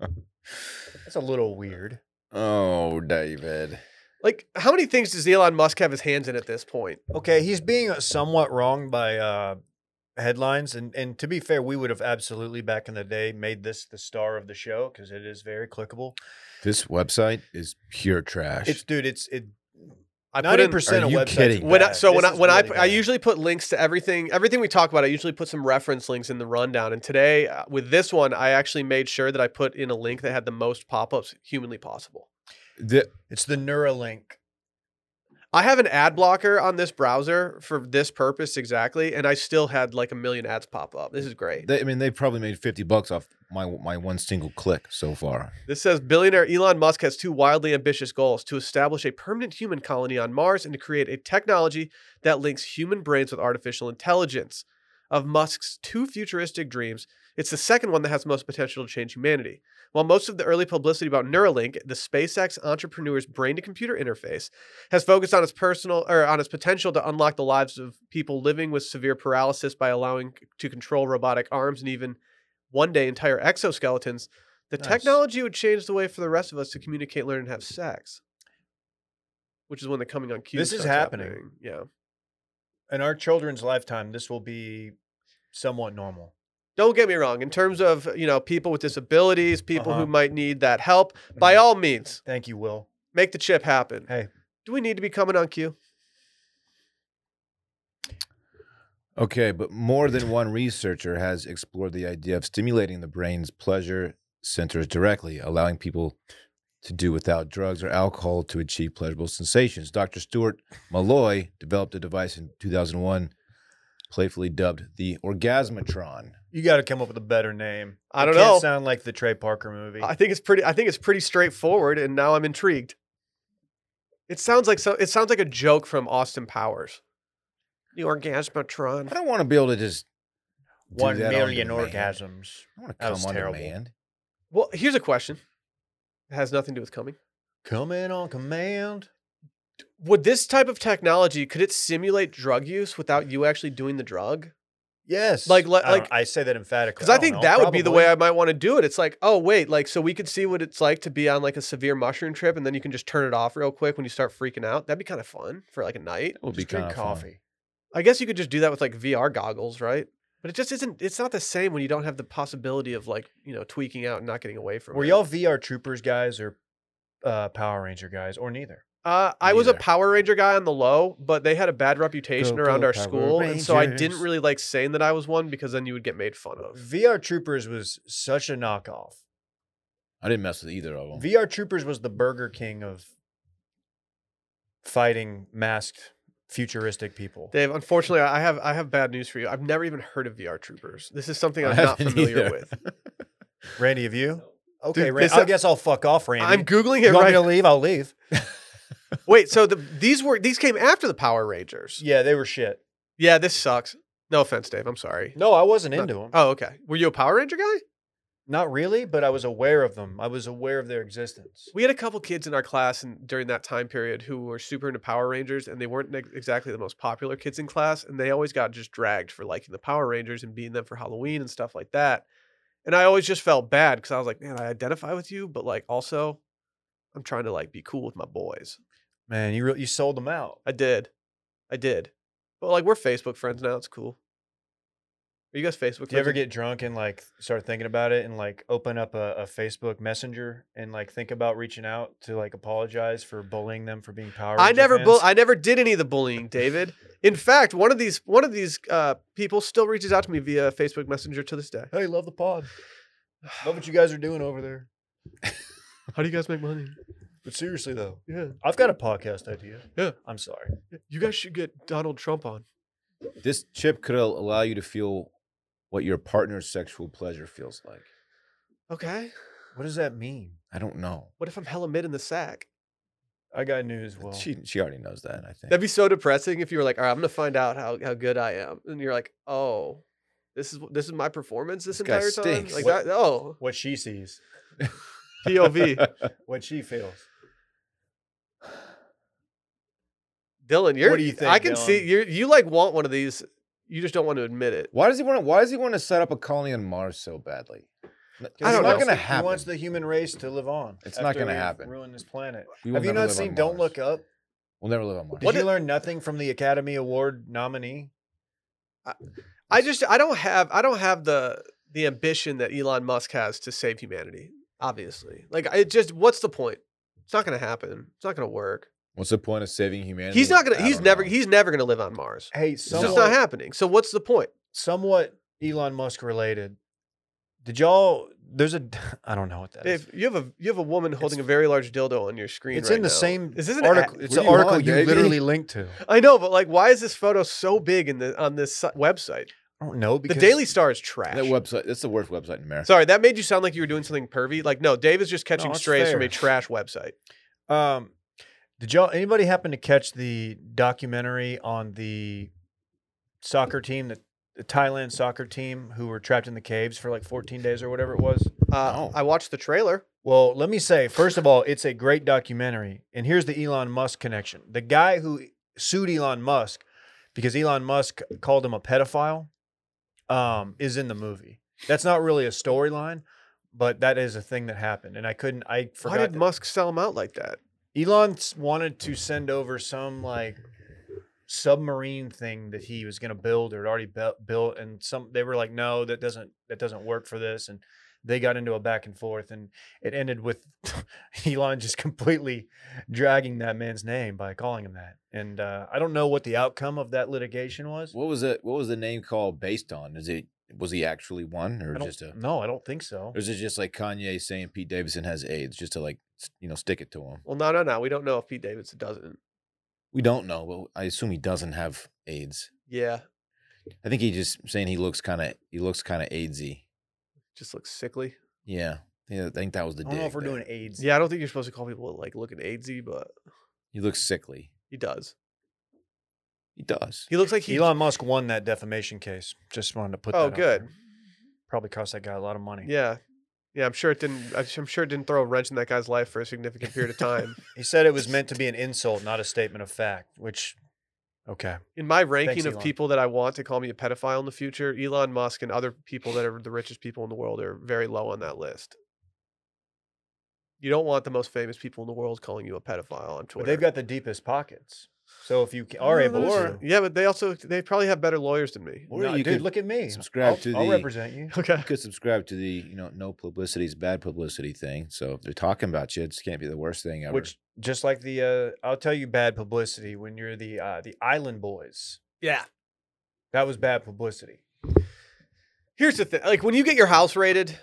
[SPEAKER 2] That's a little weird.
[SPEAKER 3] oh, David.
[SPEAKER 1] Like, how many things does Elon Musk have his hands in at this point?
[SPEAKER 2] Okay, he's being uh, somewhat wrong by uh, headlines, and and to be fair, we would have absolutely back in the day made this the star of the show because it is very clickable.
[SPEAKER 3] This website is pure trash.
[SPEAKER 2] It's dude, it's it.
[SPEAKER 1] I put
[SPEAKER 2] Ninety
[SPEAKER 1] in-
[SPEAKER 2] percent
[SPEAKER 3] Are
[SPEAKER 2] of
[SPEAKER 3] you
[SPEAKER 2] websites.
[SPEAKER 3] kidding?
[SPEAKER 1] when I,
[SPEAKER 2] bad.
[SPEAKER 1] so when
[SPEAKER 2] This
[SPEAKER 1] I
[SPEAKER 2] is
[SPEAKER 1] when I
[SPEAKER 2] really
[SPEAKER 1] I
[SPEAKER 2] bad.
[SPEAKER 1] usually put links to everything everything we talk about I usually put some reference links in the rundown and today uh, with this one I actually made sure that I put in a link that had the most pop-ups humanly possible.
[SPEAKER 3] The-
[SPEAKER 2] it's the Neuralink.
[SPEAKER 1] I have an ad blocker on this browser for this purpose exactly and I still had like a million ads pop up. This is great.
[SPEAKER 3] they, I mean, they probably made fifty bucks off my my one single click so far.
[SPEAKER 1] This says billionaire Elon Musk has two wildly ambitious goals to establish a permanent human colony on Mars and to create a technology that links human brains with artificial intelligence. Of Musk's two futuristic dreams, it's the second one that has the most potential to change humanity. While most of the early publicity about Neuralink, the SpaceX entrepreneur's brain-to-computer interface, has focused on its personal or on its potential to unlock the lives of people living with severe paralysis by allowing c- to control robotic arms and even one day entire exoskeletons, the
[SPEAKER 2] Nice.
[SPEAKER 1] technology would change the way for the rest of us to communicate, learn, and have sex. Which is when the coming on cue.
[SPEAKER 2] This is
[SPEAKER 1] starts
[SPEAKER 2] happening.
[SPEAKER 1] Yeah.
[SPEAKER 2] In our children's lifetime, this will be somewhat normal.
[SPEAKER 1] Don't get me wrong. In terms of you know people with disabilities, people
[SPEAKER 2] Uh-huh.
[SPEAKER 1] who might need that help, by all means,
[SPEAKER 2] Thank you, Will.
[SPEAKER 1] make the chip happen.
[SPEAKER 2] Hey.
[SPEAKER 1] Do we need to be coming on cue?
[SPEAKER 3] Okay, but more than one researcher has explored the idea of stimulating the brain's pleasure centers directly, allowing people to do without drugs or alcohol to achieve pleasurable sensations. Dr. Stuart Malloy developed a device in 2001 playfully dubbed the orgasmatron.
[SPEAKER 2] You got to come up with a better name.
[SPEAKER 1] I
[SPEAKER 2] It
[SPEAKER 1] don't
[SPEAKER 2] can't
[SPEAKER 1] know.
[SPEAKER 2] Sound like the Trey Parker movie.
[SPEAKER 1] I think it's pretty. I think it's pretty straightforward, and now I'm intrigued. It sounds like so. It sounds like a joke from Austin Powers. The
[SPEAKER 3] I
[SPEAKER 1] Orgasmatron.
[SPEAKER 3] don't want to be able to just do
[SPEAKER 2] One
[SPEAKER 3] that on
[SPEAKER 2] million
[SPEAKER 3] demand.
[SPEAKER 2] orgasms.
[SPEAKER 3] I want to
[SPEAKER 2] That
[SPEAKER 3] come
[SPEAKER 2] was
[SPEAKER 3] on
[SPEAKER 2] terrible.
[SPEAKER 3] demand.
[SPEAKER 1] Well, here's a question. It has nothing to do with coming.
[SPEAKER 2] Coming on command.
[SPEAKER 1] Would this type of technology could it simulate drug use without you actually doing the drug?
[SPEAKER 2] Yes.
[SPEAKER 1] Like- like-
[SPEAKER 2] I don't-
[SPEAKER 1] like-
[SPEAKER 2] I say that emphatically.
[SPEAKER 1] Because I,
[SPEAKER 3] Oh,
[SPEAKER 2] don't
[SPEAKER 1] think
[SPEAKER 2] know,
[SPEAKER 1] that would be the way
[SPEAKER 2] probably.
[SPEAKER 1] I might want to do it. It's like, oh wait, like so we could see what it's like to be on like a severe mushroom trip, and then you can just turn it off real quick when you start freaking out. That'd be kind of fun for like a night.
[SPEAKER 3] It would be
[SPEAKER 2] Just drink
[SPEAKER 3] kinda fun.
[SPEAKER 2] coffee.
[SPEAKER 1] I guess you could just do that with like VR goggles, right? But it just isn't. It's not the same when you don't have the possibility of like you know tweaking out and not getting away from.
[SPEAKER 2] Were
[SPEAKER 1] it.
[SPEAKER 2] y'all VR troopers guys or uh, Power Ranger guys or neither?
[SPEAKER 1] Uh, I was a
[SPEAKER 3] Neither.
[SPEAKER 1] Power Ranger guy on the low, but they had a bad reputation
[SPEAKER 3] Go,
[SPEAKER 1] around
[SPEAKER 3] go,
[SPEAKER 1] our
[SPEAKER 3] Power
[SPEAKER 1] school, and so I didn't
[SPEAKER 3] Rangers.
[SPEAKER 1] really like saying that I was one because then you would get made fun of.
[SPEAKER 2] VR troopers was such a knockoff.
[SPEAKER 3] I didn't mess with either of them.
[SPEAKER 2] VR troopers was the Burger King of fighting masked futuristic people.
[SPEAKER 1] Dave, unfortunately, I have I have bad news for you. I've never even heard of VR Troopers. This is something
[SPEAKER 3] I
[SPEAKER 1] I'm not
[SPEAKER 3] haven't
[SPEAKER 1] familiar
[SPEAKER 3] either.
[SPEAKER 1] with.
[SPEAKER 2] Randy, have you? Okay,
[SPEAKER 1] Dude,
[SPEAKER 2] Randy.
[SPEAKER 1] this-
[SPEAKER 2] I guess I'll fuck off, Randy.
[SPEAKER 1] I'm googling
[SPEAKER 2] you
[SPEAKER 1] it
[SPEAKER 2] want
[SPEAKER 1] right.
[SPEAKER 2] me to leave? I'll leave.
[SPEAKER 1] Wait, so the, these were these came after the Power Rangers.
[SPEAKER 2] Yeah, they were shit.
[SPEAKER 1] Yeah, this sucks. No offense, Dave. I'm sorry.
[SPEAKER 2] No, I wasn't
[SPEAKER 1] Not-
[SPEAKER 2] into them.
[SPEAKER 1] Oh, okay. Were you a Power Ranger guy?
[SPEAKER 2] Not really, but I was aware of them. I was aware of their existence.
[SPEAKER 1] We had a couple kids in our class and during that time period who were super into Power Rangers and they weren't neg- exactly the most popular kids in class and they always got just dragged for liking the Power Rangers and beating them for Halloween and stuff like that. And I always just felt bad cuz I was like, man, I identify with you, but like also I'm trying to like be cool with my boys.
[SPEAKER 2] Man, you re- you sold them out.
[SPEAKER 1] I did. I did. But like we're Facebook friends now, it's cool. Are you guys Facebook friends?
[SPEAKER 2] Do you ever
[SPEAKER 1] now?
[SPEAKER 2] get drunk and like start thinking about it and like open up a, a Facebook Messenger and like think about reaching out to like apologize for bullying them for being Power
[SPEAKER 1] I
[SPEAKER 2] Ranger
[SPEAKER 1] never
[SPEAKER 2] fans?
[SPEAKER 1] bull- I never did any of the bullying, David. In fact, one of these one of these uh, people still reaches out to me via Facebook Messenger to this day.
[SPEAKER 2] hey, love the pod. Love what you guys are doing over there.
[SPEAKER 1] How do you guys make money?
[SPEAKER 2] But seriously though,
[SPEAKER 1] Yeah,
[SPEAKER 2] I've got a podcast idea.
[SPEAKER 1] Yeah.
[SPEAKER 2] I'm sorry.
[SPEAKER 1] you guys should get Donald Trump on.
[SPEAKER 3] This chip could al- allow you to feel what your partner's sexual pleasure feels like.
[SPEAKER 1] Okay.
[SPEAKER 2] What does that mean?
[SPEAKER 3] I don't know.
[SPEAKER 1] What if I'm hella mid in the sack?
[SPEAKER 2] I got news. Well,
[SPEAKER 3] she she already knows that. I think.
[SPEAKER 1] That'd be so depressing if you were like, all right, I'm gonna find out how, how good I am, and you're like, oh, this is this is my performance this,
[SPEAKER 3] This guy
[SPEAKER 1] entire time.
[SPEAKER 3] stinks.
[SPEAKER 1] Like
[SPEAKER 2] What-
[SPEAKER 1] that, oh,
[SPEAKER 2] what she sees,
[SPEAKER 1] POV.
[SPEAKER 2] what she feels.
[SPEAKER 1] Dylan, you're.
[SPEAKER 2] do you think,
[SPEAKER 1] I can
[SPEAKER 2] Dylan?
[SPEAKER 1] see you. You like want one of these. You just don't want to admit it.
[SPEAKER 3] Why does he want to? Why does he want to set up a colony on Mars so badly?
[SPEAKER 1] I
[SPEAKER 2] He
[SPEAKER 1] don't
[SPEAKER 2] wants
[SPEAKER 1] know.
[SPEAKER 2] the-
[SPEAKER 3] It's not gonna
[SPEAKER 2] He wants
[SPEAKER 3] happen.
[SPEAKER 2] the human race to live on.
[SPEAKER 3] It's not
[SPEAKER 2] after
[SPEAKER 3] gonna
[SPEAKER 2] we've
[SPEAKER 3] happen.
[SPEAKER 2] Ruined this planet.
[SPEAKER 3] We will
[SPEAKER 2] Have you
[SPEAKER 3] never
[SPEAKER 2] not
[SPEAKER 3] live
[SPEAKER 2] seen
[SPEAKER 3] on
[SPEAKER 2] Don't
[SPEAKER 3] Mars.
[SPEAKER 2] Look Up?
[SPEAKER 3] We'll never live on Mars.
[SPEAKER 2] Did
[SPEAKER 1] What
[SPEAKER 2] you
[SPEAKER 1] did-
[SPEAKER 2] learn nothing from the Academy Award nominee?
[SPEAKER 1] I just. I don't have. I don't have the the ambition that Elon Musk has to save humanity. Obviously, like it just. What's the point? It's not going to happen. It's not going to work.
[SPEAKER 3] What's the point of saving humanity?
[SPEAKER 1] he's not going to.
[SPEAKER 3] I
[SPEAKER 1] He's
[SPEAKER 3] don't
[SPEAKER 1] never.
[SPEAKER 3] know.
[SPEAKER 1] He's never going to live on Mars.
[SPEAKER 2] Hey,
[SPEAKER 1] It's just
[SPEAKER 2] somewhat,
[SPEAKER 1] not happening. So what's the point?
[SPEAKER 2] somewhat Elon Musk related. Did y'all? There's a. I don't know what that is.
[SPEAKER 1] Dave, you have a you have a woman holding a very large dildo on your screen.
[SPEAKER 2] It's
[SPEAKER 1] right
[SPEAKER 2] in the
[SPEAKER 1] now.
[SPEAKER 2] same
[SPEAKER 1] Is this an
[SPEAKER 2] article.
[SPEAKER 1] ad-
[SPEAKER 2] It's
[SPEAKER 3] What
[SPEAKER 2] an
[SPEAKER 3] do you
[SPEAKER 2] article
[SPEAKER 3] want,
[SPEAKER 2] you
[SPEAKER 3] baby?
[SPEAKER 2] literally linked to.
[SPEAKER 1] I know, but like, why is this photo so big in the on this si- website?
[SPEAKER 2] I don't know because
[SPEAKER 1] the Daily Star is trash.
[SPEAKER 3] That website. That's the worst website in America.
[SPEAKER 1] Sorry, that made you sound like you were doing something pervy. Like, no, Dave is just catching
[SPEAKER 2] it's
[SPEAKER 1] strays from
[SPEAKER 2] fair.
[SPEAKER 1] a trash website.
[SPEAKER 2] Um, did y'all anybody happen to catch the documentary on the soccer team that the Thailand soccer team who were trapped in the caves for like 14 days or whatever it was?
[SPEAKER 1] Uh,
[SPEAKER 2] Oh.
[SPEAKER 3] No.
[SPEAKER 1] I watched the trailer.
[SPEAKER 2] Well, let me say first of all, it's a great documentary, and here's the Elon Musk connection. The guy who sued Elon Musk because Elon Musk called him a pedophile um, is in the movie. That's not really a storyline, but that is a thing that happened, and I couldn't. I forgot.
[SPEAKER 1] Why did
[SPEAKER 2] that-
[SPEAKER 1] Musk sell him out like that?
[SPEAKER 2] Elon s- wanted to send over some like submarine thing that he was going to build or had already bu- built, and some they were like, "No, that doesn't that doesn't work for this," and they got into a back and forth, and it ended with Elon just completely dragging that man's name by calling him that. And uh, I don't know what the outcome of that litigation was.
[SPEAKER 3] What was it? What was the name called based on? Is it? Was he actually one or
[SPEAKER 2] I don't,
[SPEAKER 3] just a?
[SPEAKER 2] no, I don't think so.
[SPEAKER 3] Or is it just like Kanye saying Pete Davidson has AIDS just to like s- you know stick it to him?
[SPEAKER 1] Well, no, no, no. We don't know if Pete Davidson doesn't.
[SPEAKER 3] We don't know, but I assume he doesn't have AIDS.
[SPEAKER 1] Yeah,
[SPEAKER 3] I think he just saying he looks kind of he looks kind of AIDSy.
[SPEAKER 1] just looks sickly.
[SPEAKER 3] Yeah, yeah, I think that was
[SPEAKER 2] I
[SPEAKER 3] the.
[SPEAKER 2] don't know
[SPEAKER 3] dig
[SPEAKER 2] if we're
[SPEAKER 3] there.
[SPEAKER 2] doing AIDS.
[SPEAKER 1] Yeah, I don't think you're supposed to call people like looking AIDSy, but
[SPEAKER 3] He looks sickly.
[SPEAKER 1] he does.
[SPEAKER 3] He does.
[SPEAKER 1] He looks like he.
[SPEAKER 2] Elon Musk won that defamation case. Just wanted to put.
[SPEAKER 1] Oh,
[SPEAKER 2] that out there.
[SPEAKER 1] good.
[SPEAKER 2] Probably cost that guy a lot of money.
[SPEAKER 1] Yeah, yeah. I'm sure it didn't. I'm sure it didn't throw a wrench in that guy's life for a significant period of time.
[SPEAKER 2] He said it was meant to be an insult, not a statement of fact, which, okay.
[SPEAKER 1] in my ranking of
[SPEAKER 2] Elon.
[SPEAKER 1] people that I want to call me a pedophile in the future, Elon Musk and other people that are the richest people in the world are very low on that list. You don't want the most famous people in the world calling you a pedophile on Twitter.
[SPEAKER 2] But they've got the deepest pockets. So if you ca- are
[SPEAKER 3] No,
[SPEAKER 2] able
[SPEAKER 3] that is
[SPEAKER 2] to.
[SPEAKER 3] true.
[SPEAKER 1] yeah, but they also they probably have better lawyers than me.
[SPEAKER 3] Or
[SPEAKER 2] No,
[SPEAKER 3] you
[SPEAKER 2] dude,
[SPEAKER 3] could
[SPEAKER 2] look at me.
[SPEAKER 3] subscribe
[SPEAKER 2] I'll,
[SPEAKER 3] to
[SPEAKER 2] I'll
[SPEAKER 3] the-
[SPEAKER 2] represent you.
[SPEAKER 1] Okay.
[SPEAKER 3] you could subscribe to the you know no publicity is bad publicity thing. So if they're talking about you, it just can't be the worst thing ever.
[SPEAKER 2] Which, just like the, uh, I'll tell you bad publicity when you're the uh, the Island Boys.
[SPEAKER 1] Yeah.
[SPEAKER 2] That was bad publicity.
[SPEAKER 1] Here's the thing: like when you get your house raided,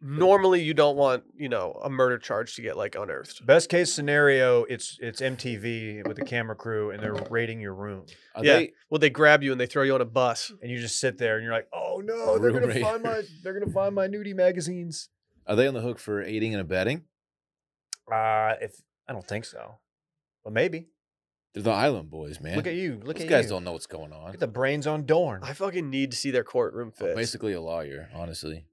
[SPEAKER 1] normally you don't want you know a murder charge to get like unearthed.
[SPEAKER 2] Best case scenario, it's it's MTV with the camera crew and they're raiding your room,
[SPEAKER 3] Are
[SPEAKER 1] yeah.
[SPEAKER 3] they-
[SPEAKER 1] Well, they grab you and they throw you on a bus.
[SPEAKER 2] and you just sit there and you're like, oh no, they're
[SPEAKER 3] Room
[SPEAKER 2] gonna
[SPEAKER 3] raid.
[SPEAKER 2] find my they're gonna find my nudie magazines.
[SPEAKER 3] are they on the hook for aiding and abetting?
[SPEAKER 2] Uh, if I don't think so, but maybe.
[SPEAKER 3] They're the Island Boys, man.
[SPEAKER 2] Look at you. Look
[SPEAKER 3] These
[SPEAKER 2] at
[SPEAKER 3] guys
[SPEAKER 2] you.
[SPEAKER 3] don't know what's going on.
[SPEAKER 2] Look at the brains on Dorn.
[SPEAKER 1] I fucking need to see their courtroom
[SPEAKER 3] Well,
[SPEAKER 1] fit.
[SPEAKER 3] basically a lawyer, honestly.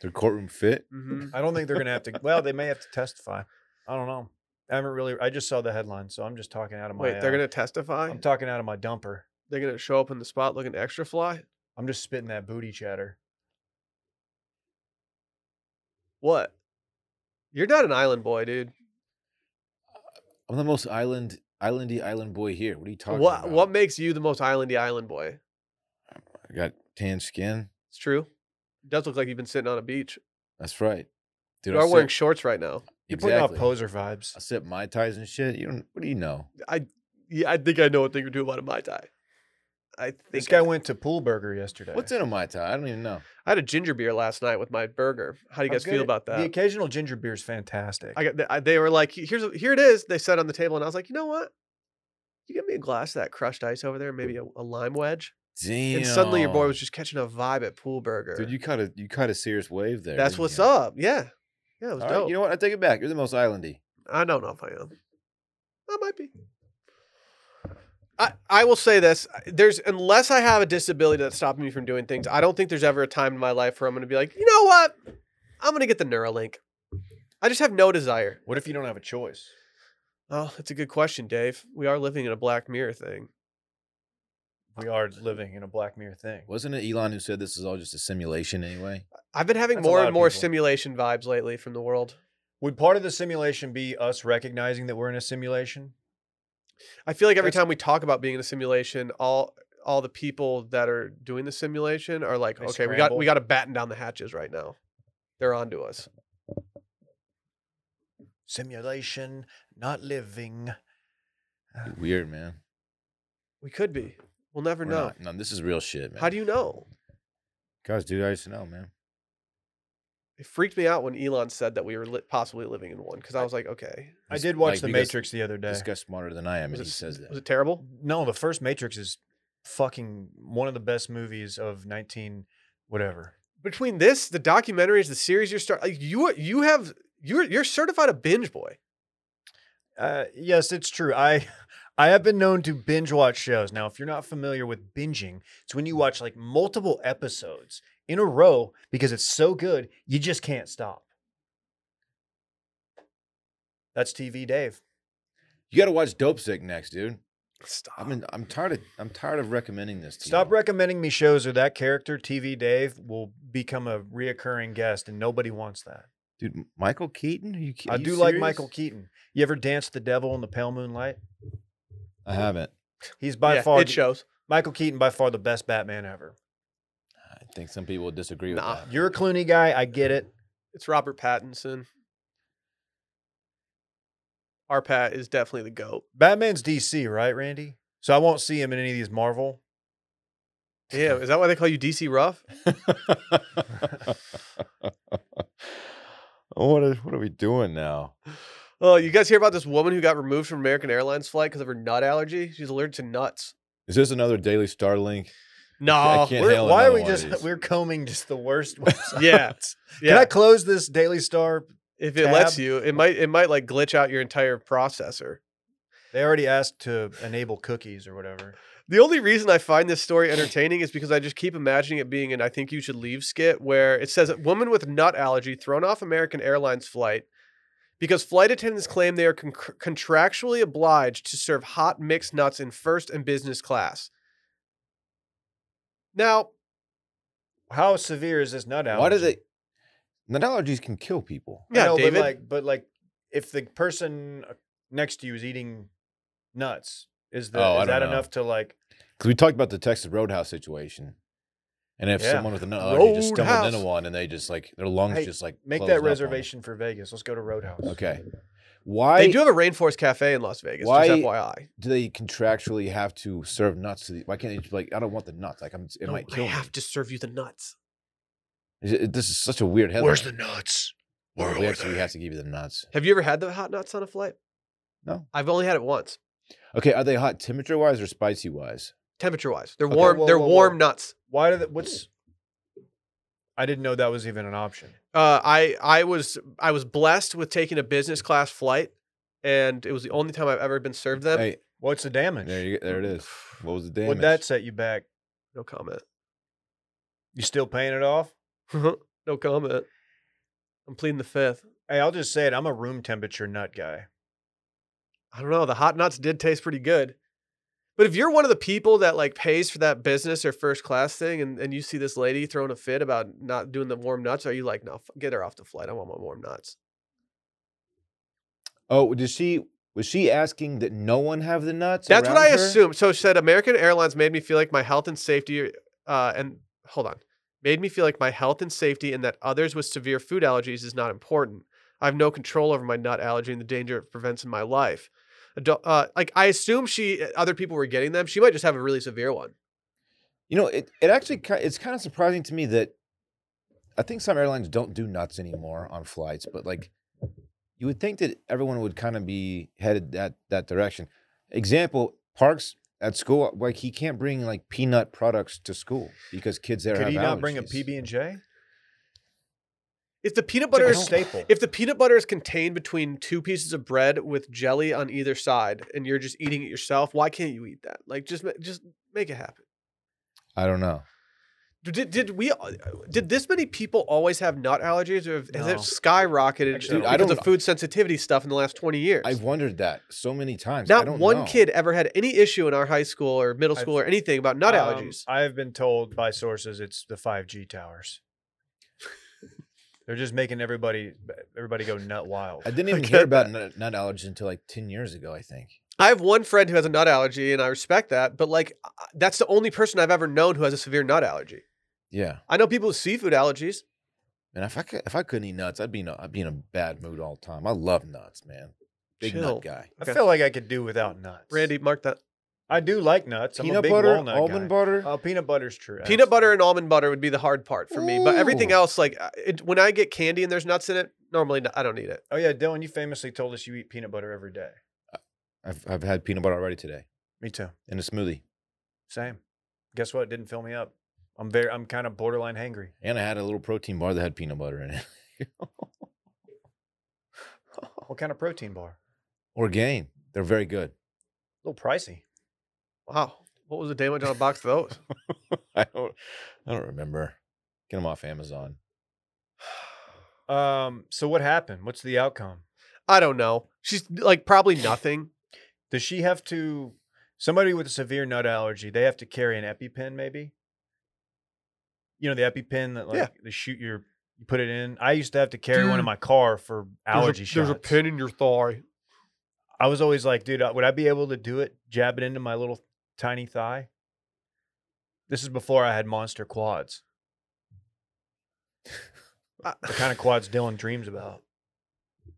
[SPEAKER 3] Their courtroom fit.
[SPEAKER 1] hmm
[SPEAKER 2] I don't think they're gonna have to. Well, they may have to testify. I don't know. I haven't really. I just saw the headline, so I'm just talking out of my.
[SPEAKER 1] Wait, they're
[SPEAKER 2] uh,
[SPEAKER 1] gonna testify.
[SPEAKER 2] I'm talking out of my dumper.
[SPEAKER 1] they're gonna show up in the spot looking extra fly.
[SPEAKER 2] I'm just spitting that booty chatter.
[SPEAKER 1] What? You're not an island boy, dude.
[SPEAKER 3] I'm the most island islandy island boy here. What are you talking
[SPEAKER 1] what
[SPEAKER 3] about?
[SPEAKER 1] what makes you the most islandy island boy?
[SPEAKER 3] I got tan skin.
[SPEAKER 1] It's true. It does look like you've been sitting on a beach.
[SPEAKER 3] That's right. Dude,
[SPEAKER 1] you
[SPEAKER 3] I
[SPEAKER 1] are wearing
[SPEAKER 3] sip-
[SPEAKER 1] shorts right now.
[SPEAKER 2] You're putting
[SPEAKER 3] exactly.
[SPEAKER 2] out poser vibes.
[SPEAKER 3] I sip my ties and shit. You don't. What do you know?
[SPEAKER 1] I yeah, I think I know a thing or two about a mai tai. I think
[SPEAKER 2] This guy
[SPEAKER 1] I,
[SPEAKER 2] went to Pool Burger yesterday.
[SPEAKER 3] What's in a mai tai? I don't even know.
[SPEAKER 1] I had a ginger beer last night with my burger. How do you
[SPEAKER 2] I'm
[SPEAKER 1] guys
[SPEAKER 2] good
[SPEAKER 1] feel
[SPEAKER 2] at-
[SPEAKER 1] about that?
[SPEAKER 2] The occasional ginger beer is fantastic.
[SPEAKER 1] I got they, I- they were like, here's a- here it is. They said on the table, and I was like, you know what? You give me a glass of that crushed ice over there, maybe a, a lime wedge,
[SPEAKER 3] Damn.
[SPEAKER 1] and suddenly your boy was just catching a vibe at Pool Burger.
[SPEAKER 3] Dude, you caught a you caught a serious wave there.
[SPEAKER 1] That's
[SPEAKER 3] didn't
[SPEAKER 1] what's
[SPEAKER 3] you?
[SPEAKER 1] up. Yeah, yeah, it was
[SPEAKER 3] All
[SPEAKER 1] dope.
[SPEAKER 3] right, you know what? I take it back. You're the most islandy.
[SPEAKER 1] I don't know if I am. I might be. I, I will say this. There's unless I have a disability that's stopping me from doing things, I don't think there's ever a time in my life where I'm gonna be like, you know what? I'm gonna get the Neuralink. I just have no desire.
[SPEAKER 2] what if you don't have a choice?
[SPEAKER 1] Oh, that's a good question, Dave. We are living in a Black Mirror thing.
[SPEAKER 2] We are living in a Black Mirror thing.
[SPEAKER 3] Wasn't it Elon who said this is all just a simulation anyway?
[SPEAKER 1] I've been having
[SPEAKER 2] That's a
[SPEAKER 1] more
[SPEAKER 2] lot
[SPEAKER 1] and
[SPEAKER 2] of
[SPEAKER 1] more
[SPEAKER 2] people.
[SPEAKER 1] simulation vibes lately from the world.
[SPEAKER 2] Would part of the simulation be us recognizing that we're in a simulation?
[SPEAKER 1] I feel like every
[SPEAKER 2] That's-
[SPEAKER 1] time we talk about being in a simulation, all all the people that are doing the simulation are like,
[SPEAKER 2] They
[SPEAKER 1] okay, we got
[SPEAKER 2] scramble.
[SPEAKER 1] we got to batten down the hatches right now. They're onto us.
[SPEAKER 2] Simulation, not living.
[SPEAKER 3] Weird, man.
[SPEAKER 1] We could be. We'll never
[SPEAKER 3] We're
[SPEAKER 1] know.
[SPEAKER 3] not- No, this is real shit, man.
[SPEAKER 1] How do you know?
[SPEAKER 3] Guys, dude, I used to know, man.
[SPEAKER 1] It freaked me out when Elon said that we were li- possibly living in one because I was like, okay,
[SPEAKER 2] I
[SPEAKER 3] This-
[SPEAKER 2] did watch
[SPEAKER 3] like,
[SPEAKER 2] The
[SPEAKER 3] because
[SPEAKER 2] Matrix the other day.
[SPEAKER 3] This guy's smarter than I am,
[SPEAKER 1] was
[SPEAKER 3] and
[SPEAKER 1] it,
[SPEAKER 3] he says that.
[SPEAKER 1] was it terrible?
[SPEAKER 2] No, the first Matrix is fucking one of the best movies of 19 whatever.
[SPEAKER 1] Between this, the documentaries, the series you're starting, like you are- you have you're you're certified a binge boy.
[SPEAKER 2] Uh, yes, it's true. I I have been known to binge watch shows. Now, if you're not familiar with binging, it's when you watch like multiple episodes in a row because it's so good, you just can't stop. That's TV Dave.
[SPEAKER 3] you got to watch Dope Sick next, dude.
[SPEAKER 1] Stop.
[SPEAKER 3] I mean, I'm tired of I'm tired of recommending this to
[SPEAKER 2] Stop
[SPEAKER 3] you.
[SPEAKER 2] recommending me shows or that character TV Dave will become a reoccurring guest and nobody wants that.
[SPEAKER 3] dude. M- Michael Keaton? Are you, ki-
[SPEAKER 2] I
[SPEAKER 3] are
[SPEAKER 2] do
[SPEAKER 3] you
[SPEAKER 2] like Michael
[SPEAKER 3] serious?
[SPEAKER 2] Keaton. You ever dance the devil in the pale moonlight?
[SPEAKER 3] I haven't.
[SPEAKER 2] He's by
[SPEAKER 1] Yeah,
[SPEAKER 2] far
[SPEAKER 1] it
[SPEAKER 2] the-
[SPEAKER 1] shows.
[SPEAKER 2] Michael Keaton by far the best Batman ever.
[SPEAKER 3] I think some people would disagree with
[SPEAKER 1] Nah.
[SPEAKER 3] that.
[SPEAKER 2] You're a Clooney guy, I get it.
[SPEAKER 1] It's Robert Pattinson. Our Pat is definitely the goat.
[SPEAKER 2] Batman's DC, right, Randy? So I won't see him in any of these Marvel.
[SPEAKER 1] Damn, is that why they call you DC Rough?
[SPEAKER 3] what are, what are we doing now?
[SPEAKER 1] Oh, you guys hear about this woman who got removed from American Airlines flight because of her nut allergy? She's allergic to nuts.
[SPEAKER 3] Is this another Daily Starlink?
[SPEAKER 1] No,
[SPEAKER 3] can't-
[SPEAKER 2] We're-
[SPEAKER 3] handle
[SPEAKER 2] why are
[SPEAKER 3] another
[SPEAKER 2] we
[SPEAKER 3] one of
[SPEAKER 2] just
[SPEAKER 3] these.
[SPEAKER 2] we're combing just the worst websites?
[SPEAKER 1] yeah,
[SPEAKER 2] Can I
[SPEAKER 1] yeah.
[SPEAKER 2] close this Daily Star?
[SPEAKER 1] If it lets
[SPEAKER 2] tab?
[SPEAKER 1] you, it might it might like glitch out your entire processor.
[SPEAKER 2] They already asked to enable cookies or whatever.
[SPEAKER 1] The only reason I find this story entertaining is because I just keep imagining it being an I think you should leave skit where it says a woman with nut allergy thrown off American Airlines flight because flight attendants claim they are con- contractually obliged to serve hot mixed nuts in first and business class. Now,
[SPEAKER 2] How severe is this nut allergy?
[SPEAKER 3] Why do they? Nut allergies can kill people.
[SPEAKER 2] I
[SPEAKER 1] yeah,
[SPEAKER 2] know,
[SPEAKER 1] David,
[SPEAKER 2] But like, but like, if the person uh, next to you is eating nuts, is, the,
[SPEAKER 3] Oh,
[SPEAKER 2] is
[SPEAKER 3] I don't
[SPEAKER 2] that
[SPEAKER 3] know.
[SPEAKER 2] enough to like?
[SPEAKER 3] Because we talked about the Texas Roadhouse situation, and if
[SPEAKER 2] Yeah.
[SPEAKER 3] someone with a nut allergy just stumbled
[SPEAKER 1] Roadhouse.
[SPEAKER 3] into one and they just like their lungs
[SPEAKER 2] Hey,
[SPEAKER 3] just like
[SPEAKER 2] Make
[SPEAKER 3] closed up
[SPEAKER 2] that
[SPEAKER 3] on it.
[SPEAKER 2] reservation for Vegas. Let's go to Roadhouse.
[SPEAKER 3] Okay, why
[SPEAKER 1] they do have a rainforest cafe in Las Vegas.
[SPEAKER 3] Why-
[SPEAKER 1] just FYI,
[SPEAKER 3] do they contractually have to serve nuts to the, why can't they just be like i don't want the nuts like i'm it might kill me
[SPEAKER 1] to serve you the nuts.
[SPEAKER 3] Is it- this is such a weird headline
[SPEAKER 2] Where's the nuts?
[SPEAKER 3] Well,
[SPEAKER 2] Where
[SPEAKER 3] we
[SPEAKER 2] are
[SPEAKER 3] actually
[SPEAKER 2] they?
[SPEAKER 3] have to give you the nuts
[SPEAKER 1] Have you ever had the hot nuts on a flight?
[SPEAKER 3] No.
[SPEAKER 1] I've only had it once.
[SPEAKER 3] okay are they hot temperature wise or spicy wise
[SPEAKER 1] Temperature wise, they're
[SPEAKER 3] Okay.
[SPEAKER 1] warm.
[SPEAKER 2] Whoa,
[SPEAKER 1] they're
[SPEAKER 2] whoa, whoa.
[SPEAKER 1] warm nuts.
[SPEAKER 2] Why do they? What's? I didn't know that was even an option.
[SPEAKER 1] uh, I I was I was blessed with taking a business class flight, and it was the only time I've ever been served them.
[SPEAKER 3] hey
[SPEAKER 2] What's the damage?
[SPEAKER 3] there you go there it is what was the damage
[SPEAKER 2] Would that set you back?
[SPEAKER 1] No comment.
[SPEAKER 2] You still paying it off?
[SPEAKER 1] no comment. I'm pleading the fifth.
[SPEAKER 2] Hey, I'll just say it. I'm a room temperature nut guy.
[SPEAKER 1] I don't know. The hot nuts did taste pretty good, but if you're one of the people that like pays for that business or first class thing, and, and you see this lady throwing a fit about not doing the warm nuts, are you like, no, f- get her off the flight? I want my warm nuts.
[SPEAKER 3] oh did she was she asking that no one have the nuts
[SPEAKER 1] That's what
[SPEAKER 3] around
[SPEAKER 1] I
[SPEAKER 3] her?
[SPEAKER 1] assumed. So she said American Airlines made me feel like my health and safety uh, and hold on. Made me feel like my health and safety and that others with severe food allergies is not important. I have no control over my nut allergy and the danger it prevents in my life. Ado- uh, like I assume she uh, other people were getting them. She might just have a really severe one.
[SPEAKER 3] you know it, it actually ki- it's kind of surprising to me that i think some airlines don't do nuts anymore on flights but like you would think that everyone would kind of be headed that that direction example parks at school like he can't bring like peanut products to school because kids there
[SPEAKER 2] Could
[SPEAKER 3] have
[SPEAKER 2] he not bring a
[SPEAKER 3] allergies.
[SPEAKER 2] PB and J?
[SPEAKER 1] If the peanut butter
[SPEAKER 2] It's a
[SPEAKER 1] is
[SPEAKER 2] staple.
[SPEAKER 1] if the peanut butter is contained between two pieces of bread with jelly on either side and you're just eating it yourself, why can't you eat that? Like just ma- just make it happen.
[SPEAKER 3] i don't know
[SPEAKER 1] Did, did we uh, did this many people always have nut allergies, or have- has
[SPEAKER 2] No.
[SPEAKER 1] it skyrocketed
[SPEAKER 2] Actually,
[SPEAKER 3] Dude, I
[SPEAKER 1] because
[SPEAKER 3] don't
[SPEAKER 1] of food sensitivity stuff in the last twenty years?
[SPEAKER 3] I've wondered that so many times. I
[SPEAKER 1] Not
[SPEAKER 3] don't
[SPEAKER 1] one
[SPEAKER 3] know.
[SPEAKER 1] kid ever had any issue in our high school or middle
[SPEAKER 2] I've-
[SPEAKER 1] school or anything about nut
[SPEAKER 2] Um,
[SPEAKER 1] allergies.
[SPEAKER 2] I have been told by sources it's the 5G towers. They're just making everybody everybody go nut wild.
[SPEAKER 3] I didn't even hear about nut, nut allergies until like ten years ago. I think.
[SPEAKER 1] I have one friend who has a nut allergy, and I respect that. But like, I- that's the only person I've ever known who has a severe nut allergy.
[SPEAKER 3] Yeah,
[SPEAKER 1] I know people with seafood allergies.
[SPEAKER 3] and if I could, if I couldn't eat nuts, I'd be in a, I'd be in a bad mood all the time. I love nuts, man. Big
[SPEAKER 1] Chill.
[SPEAKER 3] nut guy.
[SPEAKER 2] I feel like I could do without nuts.
[SPEAKER 1] Randy, mark that.
[SPEAKER 2] I do like nuts. I'm a
[SPEAKER 3] Peanut
[SPEAKER 2] big
[SPEAKER 3] butter,
[SPEAKER 2] walnut guy.
[SPEAKER 3] almond butter.
[SPEAKER 2] Oh, peanut butter's true.
[SPEAKER 1] Peanut butter and almond butter would be the hard part for me, but everything
[SPEAKER 3] Ooh.
[SPEAKER 1] else, like I- it, when I get candy and there's nuts in it, normally n- I don't need it.
[SPEAKER 2] Oh yeah, Dylan, you famously told us you eat peanut butter every day.
[SPEAKER 3] I've I've had peanut butter already today
[SPEAKER 2] Me too.
[SPEAKER 3] in a smoothie,
[SPEAKER 2] Same. Guess what? It didn't fill me up. I'm very I'm kind of borderline hangry.
[SPEAKER 3] and I had a little protein bar that had peanut butter in it.
[SPEAKER 2] What kind of protein bar?
[SPEAKER 3] Orgain. They're very good.
[SPEAKER 2] A little pricey.
[SPEAKER 1] Wow, what was the damage on a box of those?
[SPEAKER 3] I don't I don't remember. Get them off Amazon.
[SPEAKER 2] Um, so what happened? What's the outcome?
[SPEAKER 1] I don't know. She's like probably nothing.
[SPEAKER 2] Does she have to? Somebody with a severe nut allergy, they have to carry an EpiPen, maybe. You know the EpiPen that like
[SPEAKER 1] Yeah.
[SPEAKER 2] they shoot your, you put it in. I used to have to carry one in my car for allergy shots.
[SPEAKER 1] in your thigh.
[SPEAKER 2] I was always like, dude, uh, would I be able to do it? Jab it into my little tiny thigh. This is before I had monster quads.
[SPEAKER 1] I-
[SPEAKER 2] The kind of quads Dylan dreams about.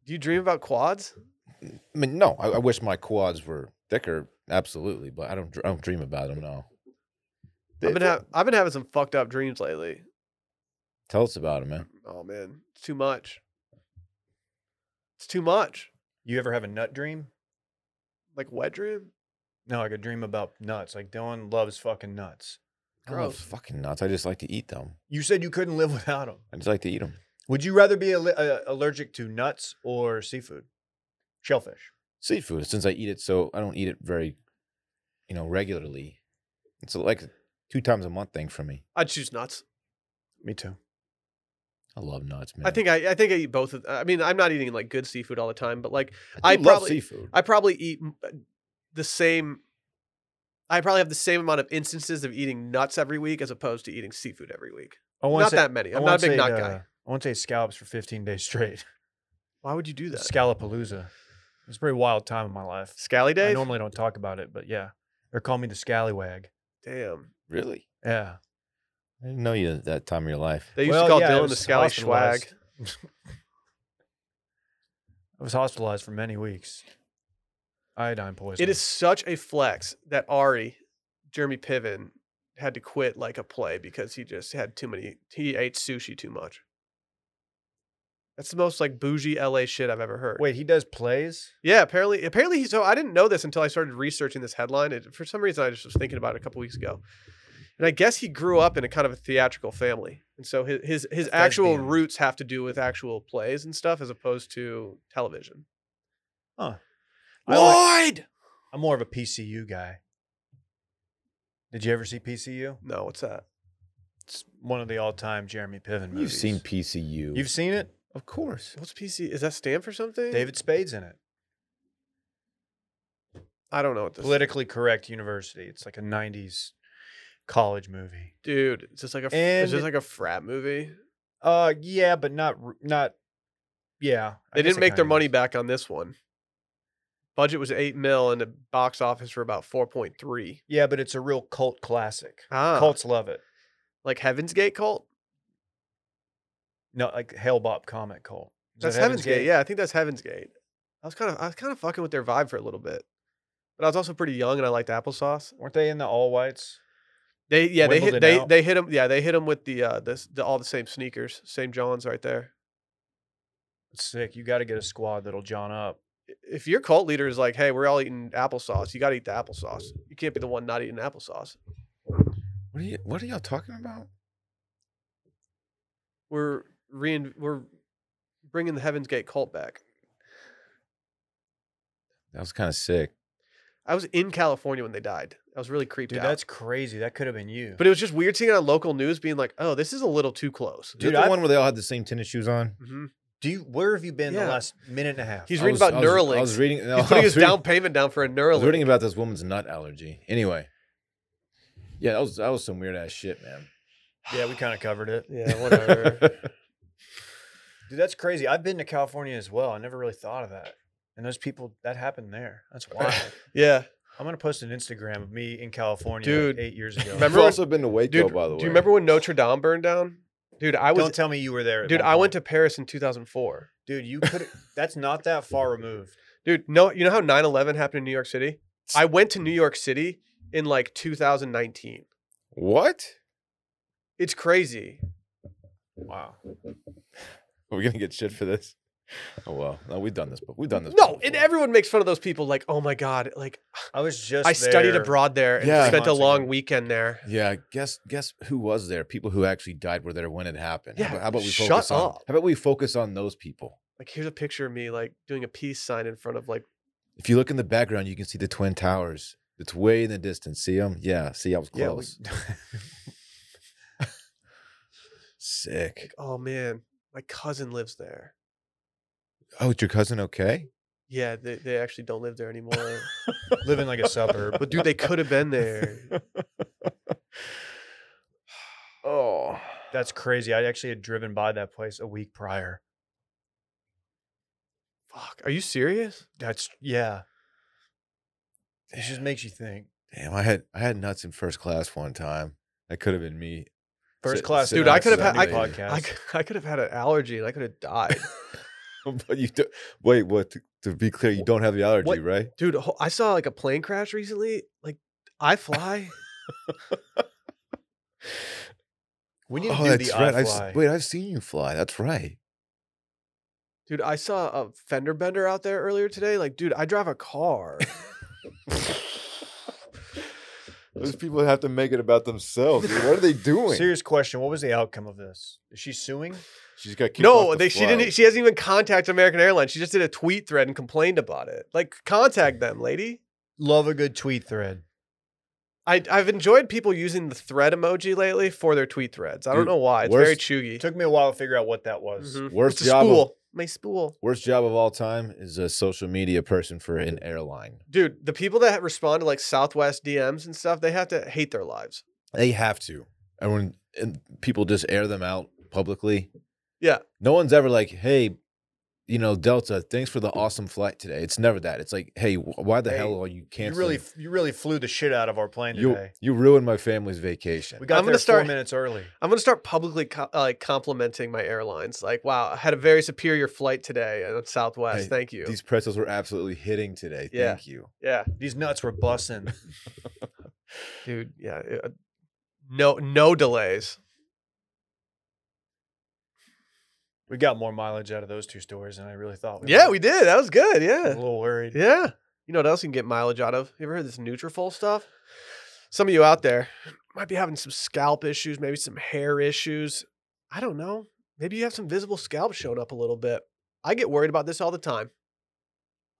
[SPEAKER 1] Do you dream about quads?
[SPEAKER 3] I mean, no, I, I wish my quads were thicker, absolutely, but I don't dr- I don't dream about them. No,
[SPEAKER 1] I've been ha- I've been having some fucked up dreams lately.
[SPEAKER 3] tell us about them, man.
[SPEAKER 1] Oh man, it's too much. It's too much.
[SPEAKER 2] You ever have a nut dream?
[SPEAKER 1] Like wet dream.
[SPEAKER 2] No, like a dream about nuts. Like Dylan loves fucking nuts.
[SPEAKER 3] I don't love
[SPEAKER 1] Gross.
[SPEAKER 3] fucking nuts. I just like to eat them.
[SPEAKER 2] You said you couldn't live without them.
[SPEAKER 3] I just like to eat them.
[SPEAKER 2] Would you rather be al- uh, allergic to nuts or seafood? Shellfish.
[SPEAKER 3] Seafood, since I eat it, so I don't eat it very, you know, regularly. It's like a two times a month thing for me.
[SPEAKER 1] I'd choose nuts.
[SPEAKER 2] Me too.
[SPEAKER 3] I love nuts, man.
[SPEAKER 1] I think I, I think I eat both. Of, I mean, I'm not eating like good seafood all the time, but like I
[SPEAKER 3] do love
[SPEAKER 1] probably-
[SPEAKER 3] seafood.
[SPEAKER 1] I probably eat m- uh, the same. I probably have the same amount of instances of eating nuts every week as opposed to eating seafood every week.
[SPEAKER 2] I
[SPEAKER 1] Not
[SPEAKER 2] once ate-
[SPEAKER 1] that many.
[SPEAKER 2] I
[SPEAKER 1] I'm not
[SPEAKER 2] once
[SPEAKER 1] a big
[SPEAKER 2] ate,
[SPEAKER 1] nut
[SPEAKER 2] uh,
[SPEAKER 1] guy.
[SPEAKER 2] I once ate scallops for 15 days straight.
[SPEAKER 1] Why would you do that?
[SPEAKER 2] Scallopalooza. It's a pretty wild time in my life.
[SPEAKER 1] Scally
[SPEAKER 2] I
[SPEAKER 1] Dave?
[SPEAKER 2] normally don't talk about it, but yeah. Or call me the scallywag.
[SPEAKER 1] Damn.
[SPEAKER 3] really.
[SPEAKER 2] Yeah.
[SPEAKER 3] I didn't know you at that time of your life.
[SPEAKER 1] They used
[SPEAKER 2] Well,
[SPEAKER 1] to call
[SPEAKER 2] yeah, I
[SPEAKER 1] Dylan the
[SPEAKER 2] was
[SPEAKER 1] Scally Schwag.
[SPEAKER 2] hospitalized. I was hospitalized for many weeks. Iodine poisoning.
[SPEAKER 1] It is such a flex that Ari, Jeremy Piven, had to quit like a play because he just had too many. He ate sushi too much. That's the most like bougie LA shit I've ever heard.
[SPEAKER 2] Wait, he does plays?
[SPEAKER 1] Yeah, apparently, apparently, he- so I didn't know this until I started researching this headline. It, for some reason, I just was thinking about it a couple weeks ago, and I guess he grew up in a kind of a theatrical family, and so his his, his
[SPEAKER 2] That does
[SPEAKER 1] actual
[SPEAKER 2] damage.
[SPEAKER 1] roots have to do with actual plays and stuff, as opposed to television.
[SPEAKER 2] I like-
[SPEAKER 1] Lloyd,
[SPEAKER 2] I'm more of a PCU guy. Did you ever see PCU?
[SPEAKER 1] no, what's that?
[SPEAKER 2] It's one of the all-time Jeremy Piven movies.
[SPEAKER 3] You've seen PCU.
[SPEAKER 2] You've seen it.
[SPEAKER 3] of course.
[SPEAKER 1] What's PC? Is that stand for something?
[SPEAKER 2] David Spade's in it.
[SPEAKER 1] I don't know what this.
[SPEAKER 2] Politically correct university. It's like a '90s college movie.
[SPEAKER 1] Dude, is this like a fr- is
[SPEAKER 2] And-
[SPEAKER 1] this like a frat movie?
[SPEAKER 2] Uh, yeah, but not r- not. Yeah, I
[SPEAKER 1] They
[SPEAKER 2] guess
[SPEAKER 1] didn't
[SPEAKER 2] it
[SPEAKER 1] make their
[SPEAKER 2] kinda
[SPEAKER 1] money
[SPEAKER 2] is.
[SPEAKER 1] back on this one. Budget was eight mil, and the box office for about four point three.
[SPEAKER 2] Yeah, but it's a real cult classic.
[SPEAKER 1] Ah,
[SPEAKER 2] Cults love it.
[SPEAKER 1] like Heaven's Gate cult.
[SPEAKER 2] No, like Hellbop comic cult. Is that
[SPEAKER 1] That's Heaven's Gate? Yeah, I think that's Heaven's Gate. I was kind of I was kind of fucking with their vibe for a little bit, but I was also pretty young and I liked applesauce.
[SPEAKER 2] Weren't they in the all whites?
[SPEAKER 1] They yeah they
[SPEAKER 2] Wimbledon
[SPEAKER 1] hit they,
[SPEAKER 2] out.
[SPEAKER 1] they hit them yeah they hit them with the uh this the, all the same sneakers same Johns right there.
[SPEAKER 2] Sick. You got to get a squad that'll John up.
[SPEAKER 1] I- If your cult leader is like, hey, we're all eating applesauce, you got to eat the applesauce. You can't be the one not eating applesauce.
[SPEAKER 3] What are you? What are y'all talking about?
[SPEAKER 1] We're rein we're bringing the Heaven's Gate cult back.
[SPEAKER 3] That was kind of sick.
[SPEAKER 1] I was in California when they died. I was really creeped
[SPEAKER 2] Dude,
[SPEAKER 1] out.
[SPEAKER 2] that's crazy. That could have been you.
[SPEAKER 1] but it was just weird seeing it on local news, being like, "Oh, this is a little too close."
[SPEAKER 3] Dude,
[SPEAKER 2] Dude,
[SPEAKER 3] the
[SPEAKER 2] I've-
[SPEAKER 3] one where they all had the same tennis shoes on.
[SPEAKER 1] hmm
[SPEAKER 2] Do you? Where have you been
[SPEAKER 1] Yeah.
[SPEAKER 2] the last minute and a half?
[SPEAKER 1] He's
[SPEAKER 3] I
[SPEAKER 1] reading
[SPEAKER 3] was-
[SPEAKER 1] about
[SPEAKER 3] I was-
[SPEAKER 1] Neuralink.
[SPEAKER 3] I was reading. no,
[SPEAKER 1] He's putting
[SPEAKER 3] I was
[SPEAKER 1] his
[SPEAKER 3] reading-
[SPEAKER 1] down payment down for a
[SPEAKER 3] I was reading
[SPEAKER 1] Neuralink.
[SPEAKER 3] about this woman's nut allergy. Anyway, yeah, that was that was some weird ass shit, man.
[SPEAKER 2] yeah, we kind of covered it.
[SPEAKER 1] Yeah, whatever.
[SPEAKER 2] Dude, that's crazy. I've been to California as well. I never really thought of that. And those people that happened there. That's wild.
[SPEAKER 1] yeah,
[SPEAKER 2] I'm gonna post an Instagram of me in California
[SPEAKER 1] Dude,
[SPEAKER 2] eight years ago.
[SPEAKER 1] remember-
[SPEAKER 3] I've also been to Waco,
[SPEAKER 1] dude.
[SPEAKER 3] by the way.
[SPEAKER 1] do you remember when Notre Dame burned down? Dude, I was.
[SPEAKER 2] Don't tell me you were there. at
[SPEAKER 1] Dude,
[SPEAKER 2] one
[SPEAKER 1] I went
[SPEAKER 2] point.
[SPEAKER 1] to Paris in 2004.
[SPEAKER 2] Dude, you could. That's not that far removed.
[SPEAKER 1] Dude, no, you know how 9/11 happened in New York City? I went to New York City in like 2019.
[SPEAKER 3] what?
[SPEAKER 1] It's crazy.
[SPEAKER 2] Wow.
[SPEAKER 3] Are we gonna get shit for this? Oh well, no, we've done this, but we've done this.
[SPEAKER 1] No, and
[SPEAKER 3] before.
[SPEAKER 1] everyone makes fun of those people. Like, oh my god, like
[SPEAKER 2] I was just.
[SPEAKER 1] I studied
[SPEAKER 2] there.
[SPEAKER 1] abroad there and
[SPEAKER 3] Yeah.
[SPEAKER 1] spent a
[SPEAKER 2] Months
[SPEAKER 1] long
[SPEAKER 2] ago.
[SPEAKER 1] weekend there.
[SPEAKER 3] Yeah, guess guess who was there? People who actually died were there when it happened.
[SPEAKER 1] Yeah,
[SPEAKER 3] how, about, how about we
[SPEAKER 1] shut
[SPEAKER 3] focus on?
[SPEAKER 1] up.
[SPEAKER 3] How about we focus on those people?
[SPEAKER 1] Like, here's a picture of me like doing a peace sign in front of like.
[SPEAKER 3] If you look in the background, you can see the twin towers. It's way in the distance. See them? Yeah. See, I was
[SPEAKER 2] Yeah, we-
[SPEAKER 3] close. Sick.
[SPEAKER 1] like, oh man, my cousin lives there.
[SPEAKER 3] Oh, is your cousin okay?
[SPEAKER 1] Yeah, they, they actually don't live there anymore.
[SPEAKER 2] living like a suburb.
[SPEAKER 1] but dude, they could have been there.
[SPEAKER 3] Oh,
[SPEAKER 2] That's crazy. I actually had driven by that place a week prior.
[SPEAKER 1] Fuck, are you serious?
[SPEAKER 2] That's yeah. It just makes you think.
[SPEAKER 3] damn! I had I had nuts in first class one time. That could have been me.
[SPEAKER 2] First
[SPEAKER 3] Sit-
[SPEAKER 2] class,
[SPEAKER 3] sit
[SPEAKER 1] Dude, I could've
[SPEAKER 3] outside
[SPEAKER 1] had-
[SPEAKER 3] the
[SPEAKER 2] I-
[SPEAKER 3] baby.
[SPEAKER 1] I, c- I could have had an allergy and I could have died.
[SPEAKER 3] but you do, wait. What? To, to be clear, you don't have the allergy,
[SPEAKER 1] What-
[SPEAKER 3] right?
[SPEAKER 1] Dude, ho- I saw like a plane crash recently. Like, I fly.
[SPEAKER 2] We
[SPEAKER 3] Oh,
[SPEAKER 2] need to do the Oh, I
[SPEAKER 3] I've,
[SPEAKER 2] fly.
[SPEAKER 3] s- wait, I've seen you fly. That's right.
[SPEAKER 1] Dude, I saw a fender bender out there earlier today. Like, dude, I drive a car.
[SPEAKER 3] Those people have to make it about themselves. dude. What are they doing?
[SPEAKER 2] Serious question. What was the outcome of this? Is she suing?
[SPEAKER 3] She's got kicked
[SPEAKER 1] no,
[SPEAKER 3] off the
[SPEAKER 1] they, she didn't. e,
[SPEAKER 3] flight.
[SPEAKER 1] She hasn't even contacted American Airlines. She just did a tweet thread and complained about it. Like, contact them, lady.
[SPEAKER 2] Love a good tweet thread.
[SPEAKER 1] I, I've enjoyed people using the thread emoji lately for their tweet threads. I don't
[SPEAKER 3] Dude,
[SPEAKER 1] know why. It's very
[SPEAKER 3] worst-
[SPEAKER 2] It
[SPEAKER 1] chuggy.
[SPEAKER 2] took me a while to figure out what that was.
[SPEAKER 1] Mhm.
[SPEAKER 3] Worst
[SPEAKER 1] It's a
[SPEAKER 3] job of-
[SPEAKER 1] spool. My spool.
[SPEAKER 3] Worst job of all time is a social media person for an airline.
[SPEAKER 1] Dude, the people that respond to like Southwest DMs and stuff, they have to hate their lives.
[SPEAKER 3] They have to. And when and people just air them out publicly.
[SPEAKER 1] Yeah.
[SPEAKER 3] No one's ever like, hey, you know, Delta, thanks for the awesome flight today. It's never that. It's like, hey, wh- why the
[SPEAKER 2] Hey,
[SPEAKER 3] hell are you
[SPEAKER 2] You
[SPEAKER 3] canceling?
[SPEAKER 2] really, you really flew the shit out of our plane
[SPEAKER 3] you,
[SPEAKER 2] today.
[SPEAKER 3] you ruined my family's vacation.
[SPEAKER 2] We got
[SPEAKER 1] I'm gonna
[SPEAKER 2] there
[SPEAKER 1] start-
[SPEAKER 2] four minutes early.
[SPEAKER 1] I'm going to start publicly co- uh, like complimenting my airlines. Like, wow, I had a very superior flight today at Southwest.
[SPEAKER 3] Hey,
[SPEAKER 1] Thank you.
[SPEAKER 3] These pretzels were absolutely hitting today.
[SPEAKER 1] Yeah.
[SPEAKER 3] Thank you.
[SPEAKER 1] yeah.
[SPEAKER 2] These nuts were busting.
[SPEAKER 1] Dude, yeah. uh, No no delays.
[SPEAKER 2] we got more mileage out of those two stories than I really thought.
[SPEAKER 1] Yeah,
[SPEAKER 2] would.
[SPEAKER 1] we did. That was good.
[SPEAKER 2] I'm a
[SPEAKER 1] Yeah.
[SPEAKER 2] little worried.
[SPEAKER 1] Yeah. You know what else you can get mileage out of? You ever heard this Nutrafol stuff? Some of you out there might be having some scalp issues, maybe some hair issues. I don't know. Maybe you have some visible scalp showing up a little bit. I get worried about this all the time.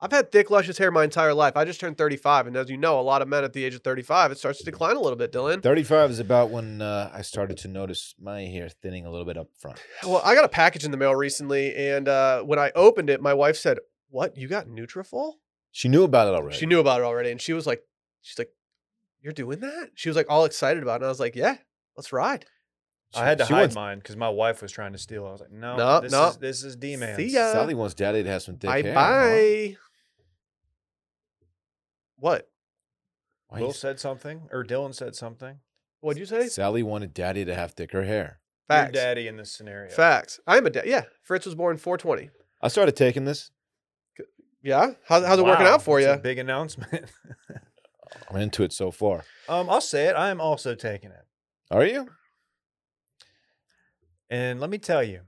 [SPEAKER 1] I've had thick, luscious hair my entire life. I just turned 35. And as you know, a lot of men at the age of 35, it starts to decline a little bit, Dylan.
[SPEAKER 3] 35 is about when uh, I started to notice my hair thinning a little bit up front.
[SPEAKER 1] Well, I got a package in the mail recently. And uh, when I opened it, my wife said, What? You got Nutrafol?
[SPEAKER 3] She knew about it already.
[SPEAKER 1] She knew about it already, and she was like, she's like, you're doing that? She was like all excited about it, and I was like, yeah, let's ride.
[SPEAKER 2] I had to
[SPEAKER 3] She
[SPEAKER 2] hide
[SPEAKER 3] wants-
[SPEAKER 2] mine because my wife was trying to steal. I was like, no,
[SPEAKER 1] No,
[SPEAKER 2] this
[SPEAKER 1] no.
[SPEAKER 2] is this is D man.
[SPEAKER 1] See ya.
[SPEAKER 3] Sally wants daddy to have some thick
[SPEAKER 1] Bye
[SPEAKER 3] hair.
[SPEAKER 1] bye. What?
[SPEAKER 3] Why you
[SPEAKER 2] Will said something, or Dylan said something.
[SPEAKER 1] What'd you say?
[SPEAKER 3] Sally wanted daddy to have thicker hair.
[SPEAKER 2] Your
[SPEAKER 1] Facts.
[SPEAKER 2] daddy in this scenario.
[SPEAKER 1] Facts. I'm a dad. Yeah, Fritz was born 420.
[SPEAKER 3] I started taking this.
[SPEAKER 1] Yeah. How's, how's it working
[SPEAKER 2] Wow,
[SPEAKER 1] out for
[SPEAKER 2] that's a
[SPEAKER 1] you?
[SPEAKER 2] big announcement.
[SPEAKER 3] I'm into it so far.
[SPEAKER 2] um, I'll say it. I am also taking it,
[SPEAKER 3] Are you?
[SPEAKER 2] and let me tell you,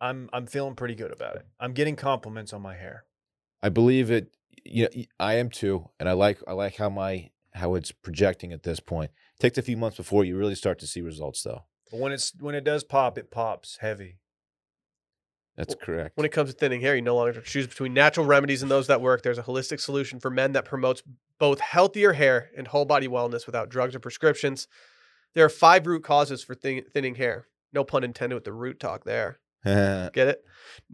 [SPEAKER 2] I'm I'm feeling pretty good about it. I'm getting compliments on my hair.
[SPEAKER 3] I believe it. You know, y- I am too, and I like I like how my how it's projecting at this point. takes a few months before you really start to see results, though.
[SPEAKER 2] But when it's when it does pop, it pops heavy.
[SPEAKER 3] That's correct.
[SPEAKER 1] When it comes to thinning hair, you no longer have to choose between natural remedies and those that work. There's a holistic solution for men that promotes both healthier hair and whole body wellness without drugs or prescriptions. There are five root causes for thin- thinning hair. No pun intended with the root talk there. Get it?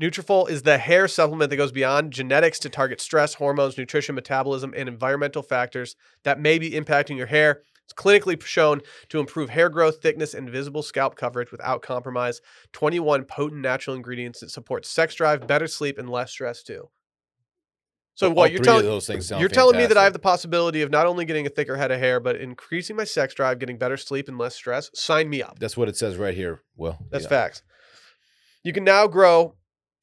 [SPEAKER 1] Nutrafol is the hair supplement that goes beyond genetics to target stress, hormones, nutrition, metabolism, and environmental factors that may be impacting your hair. It's clinically shown to improve hair growth, thickness, and visible scalp coverage without compromise. 21 potent natural ingredients that support sex drive, better sleep, and less stress too. So
[SPEAKER 3] All
[SPEAKER 1] what you're
[SPEAKER 3] three of
[SPEAKER 1] telling
[SPEAKER 3] those things sound
[SPEAKER 1] you're telling me that I have the
[SPEAKER 3] fantastic.
[SPEAKER 1] possibility of not only getting a thicker head of hair, but increasing my sex drive, getting better sleep, and less stress. Sign me up.
[SPEAKER 3] That's what it says right here. Well,
[SPEAKER 1] That's
[SPEAKER 3] yeah.
[SPEAKER 1] facts. You can now grow.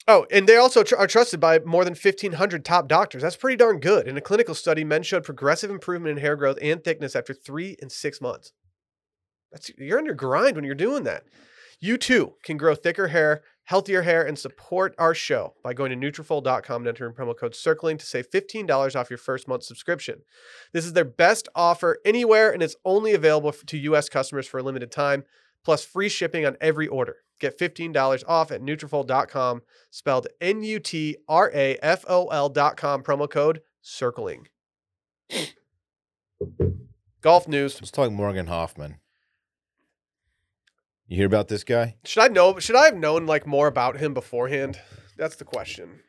[SPEAKER 1] Oh, and they also tr- are trusted by more than 1,500 top doctors. That's pretty darn good. In a clinical study, men showed progressive improvement in hair growth and thickness after three and six months. That's you're on your grind when you're doing that. You too can grow thicker hair, healthier hair, and support our show by going to Nutrafol.com and entering promo code CIRCLING to save $15 off your first month subscription. This is their best offer anywhere, and it's only available f- to U.S. customers for a limited time plus free shipping on every order. Get $15 off at Nutrafol.com, spelled N-U-T-R-A-F-O-L dot com, promo code CIRCLING. Golf news.
[SPEAKER 3] Let's talk Morgan Hoffman. You hear about this guy?
[SPEAKER 1] Should I know? Should I have known like more about him beforehand? That's the question.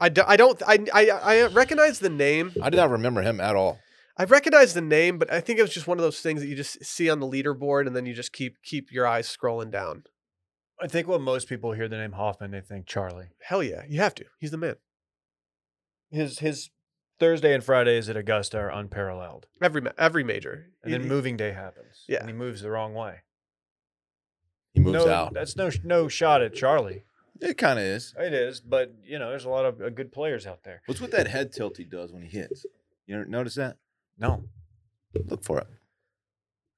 [SPEAKER 1] I, do, I don't I, I I recognize the name.
[SPEAKER 3] I did not remember him at all.
[SPEAKER 1] I recognize the name, but I think it was just one of those things that you just see on the leaderboard, and then you just keep keep your eyes scrolling down.
[SPEAKER 2] I think when most people hear the name Hoffman, they think Charlie.
[SPEAKER 1] Hell yeah, you have to. He's the man.
[SPEAKER 2] His his Thursday and Fridays at Augusta are unparalleled.
[SPEAKER 1] Every ma- every major.
[SPEAKER 2] And then
[SPEAKER 1] He-
[SPEAKER 2] moving day happens.
[SPEAKER 1] Yeah.
[SPEAKER 2] And he moves the wrong way.
[SPEAKER 3] He moves
[SPEAKER 2] no,
[SPEAKER 3] out.
[SPEAKER 2] That's no no shot at Charlie.
[SPEAKER 3] It kind of is.
[SPEAKER 2] It is, but you know, there's a lot of uh, good players out there.
[SPEAKER 3] What's what that head tilt he does when he hits? You ever notice that?
[SPEAKER 2] No.
[SPEAKER 3] Look for it.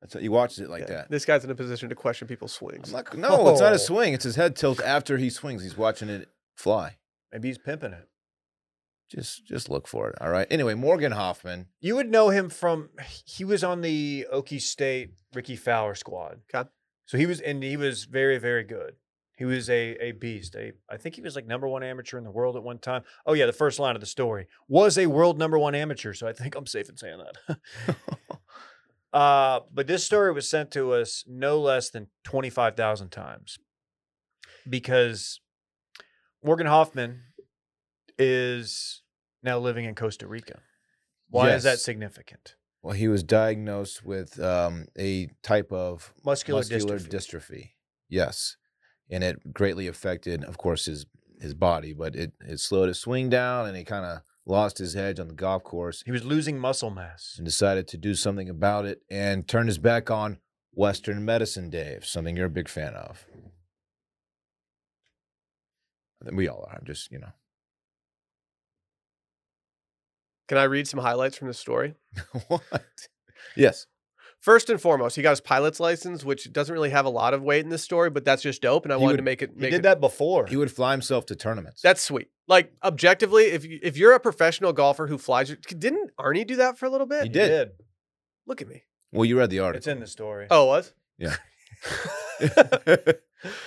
[SPEAKER 3] That's how he watches it like
[SPEAKER 1] Yeah,
[SPEAKER 3] that.
[SPEAKER 1] This guy's in a position to question people's
[SPEAKER 3] I'm
[SPEAKER 1] swings.
[SPEAKER 3] like, no, it's not
[SPEAKER 2] Oh.
[SPEAKER 3] a swing. It's his head tilt after he swings. He's watching it fly.
[SPEAKER 2] Maybe he's pimping it.
[SPEAKER 3] Just just look for it. All right. Anyway, Morgan Hoffman.
[SPEAKER 2] You would know him from he was on the Okie State Ricky Fowler squad.
[SPEAKER 1] Okay.
[SPEAKER 2] So he was and he was very very good. He was a a beast. A I think he was like number one amateur in the world at one time. Oh yeah, the first line of the story was a world number one amateur. So I think I'm safe in saying that. uh, but this story was sent to us no less than twenty five thousand times because Morgan Hoffman is now living in Costa Rica. Why is that
[SPEAKER 3] Yes.
[SPEAKER 2] significant?
[SPEAKER 3] Well, he was diagnosed with um, a type of
[SPEAKER 2] Muscular,
[SPEAKER 3] muscular
[SPEAKER 2] dystrophy.
[SPEAKER 3] dystrophy. Yes, and it greatly affected, of course, his his body. But it it slowed his swing down, and he kind of lost his edge on the golf course,
[SPEAKER 2] He was losing muscle mass.
[SPEAKER 3] and decided to do something about it, and turned his back on Western medicine, Dave. Something you're a big fan of. I think We all are. Just you know,
[SPEAKER 1] Can I read some highlights from this story?
[SPEAKER 3] what? Yes,
[SPEAKER 1] First and foremost, he got his pilot's license, which doesn't really have a lot of weight in this story, but that's just dope. And I
[SPEAKER 3] He
[SPEAKER 1] wanted
[SPEAKER 3] would-
[SPEAKER 1] to make it.
[SPEAKER 2] He
[SPEAKER 1] Make
[SPEAKER 2] did
[SPEAKER 1] it,
[SPEAKER 2] that before.
[SPEAKER 3] he would fly himself to tournaments.
[SPEAKER 1] That's sweet. Like objectively, if you, if you're a professional golfer who flies, your- didn't Arnie do that for a little bit?
[SPEAKER 3] He did.
[SPEAKER 1] Look at me.
[SPEAKER 3] well, you read the article.
[SPEAKER 2] It's in the story.
[SPEAKER 1] Oh, it was
[SPEAKER 3] It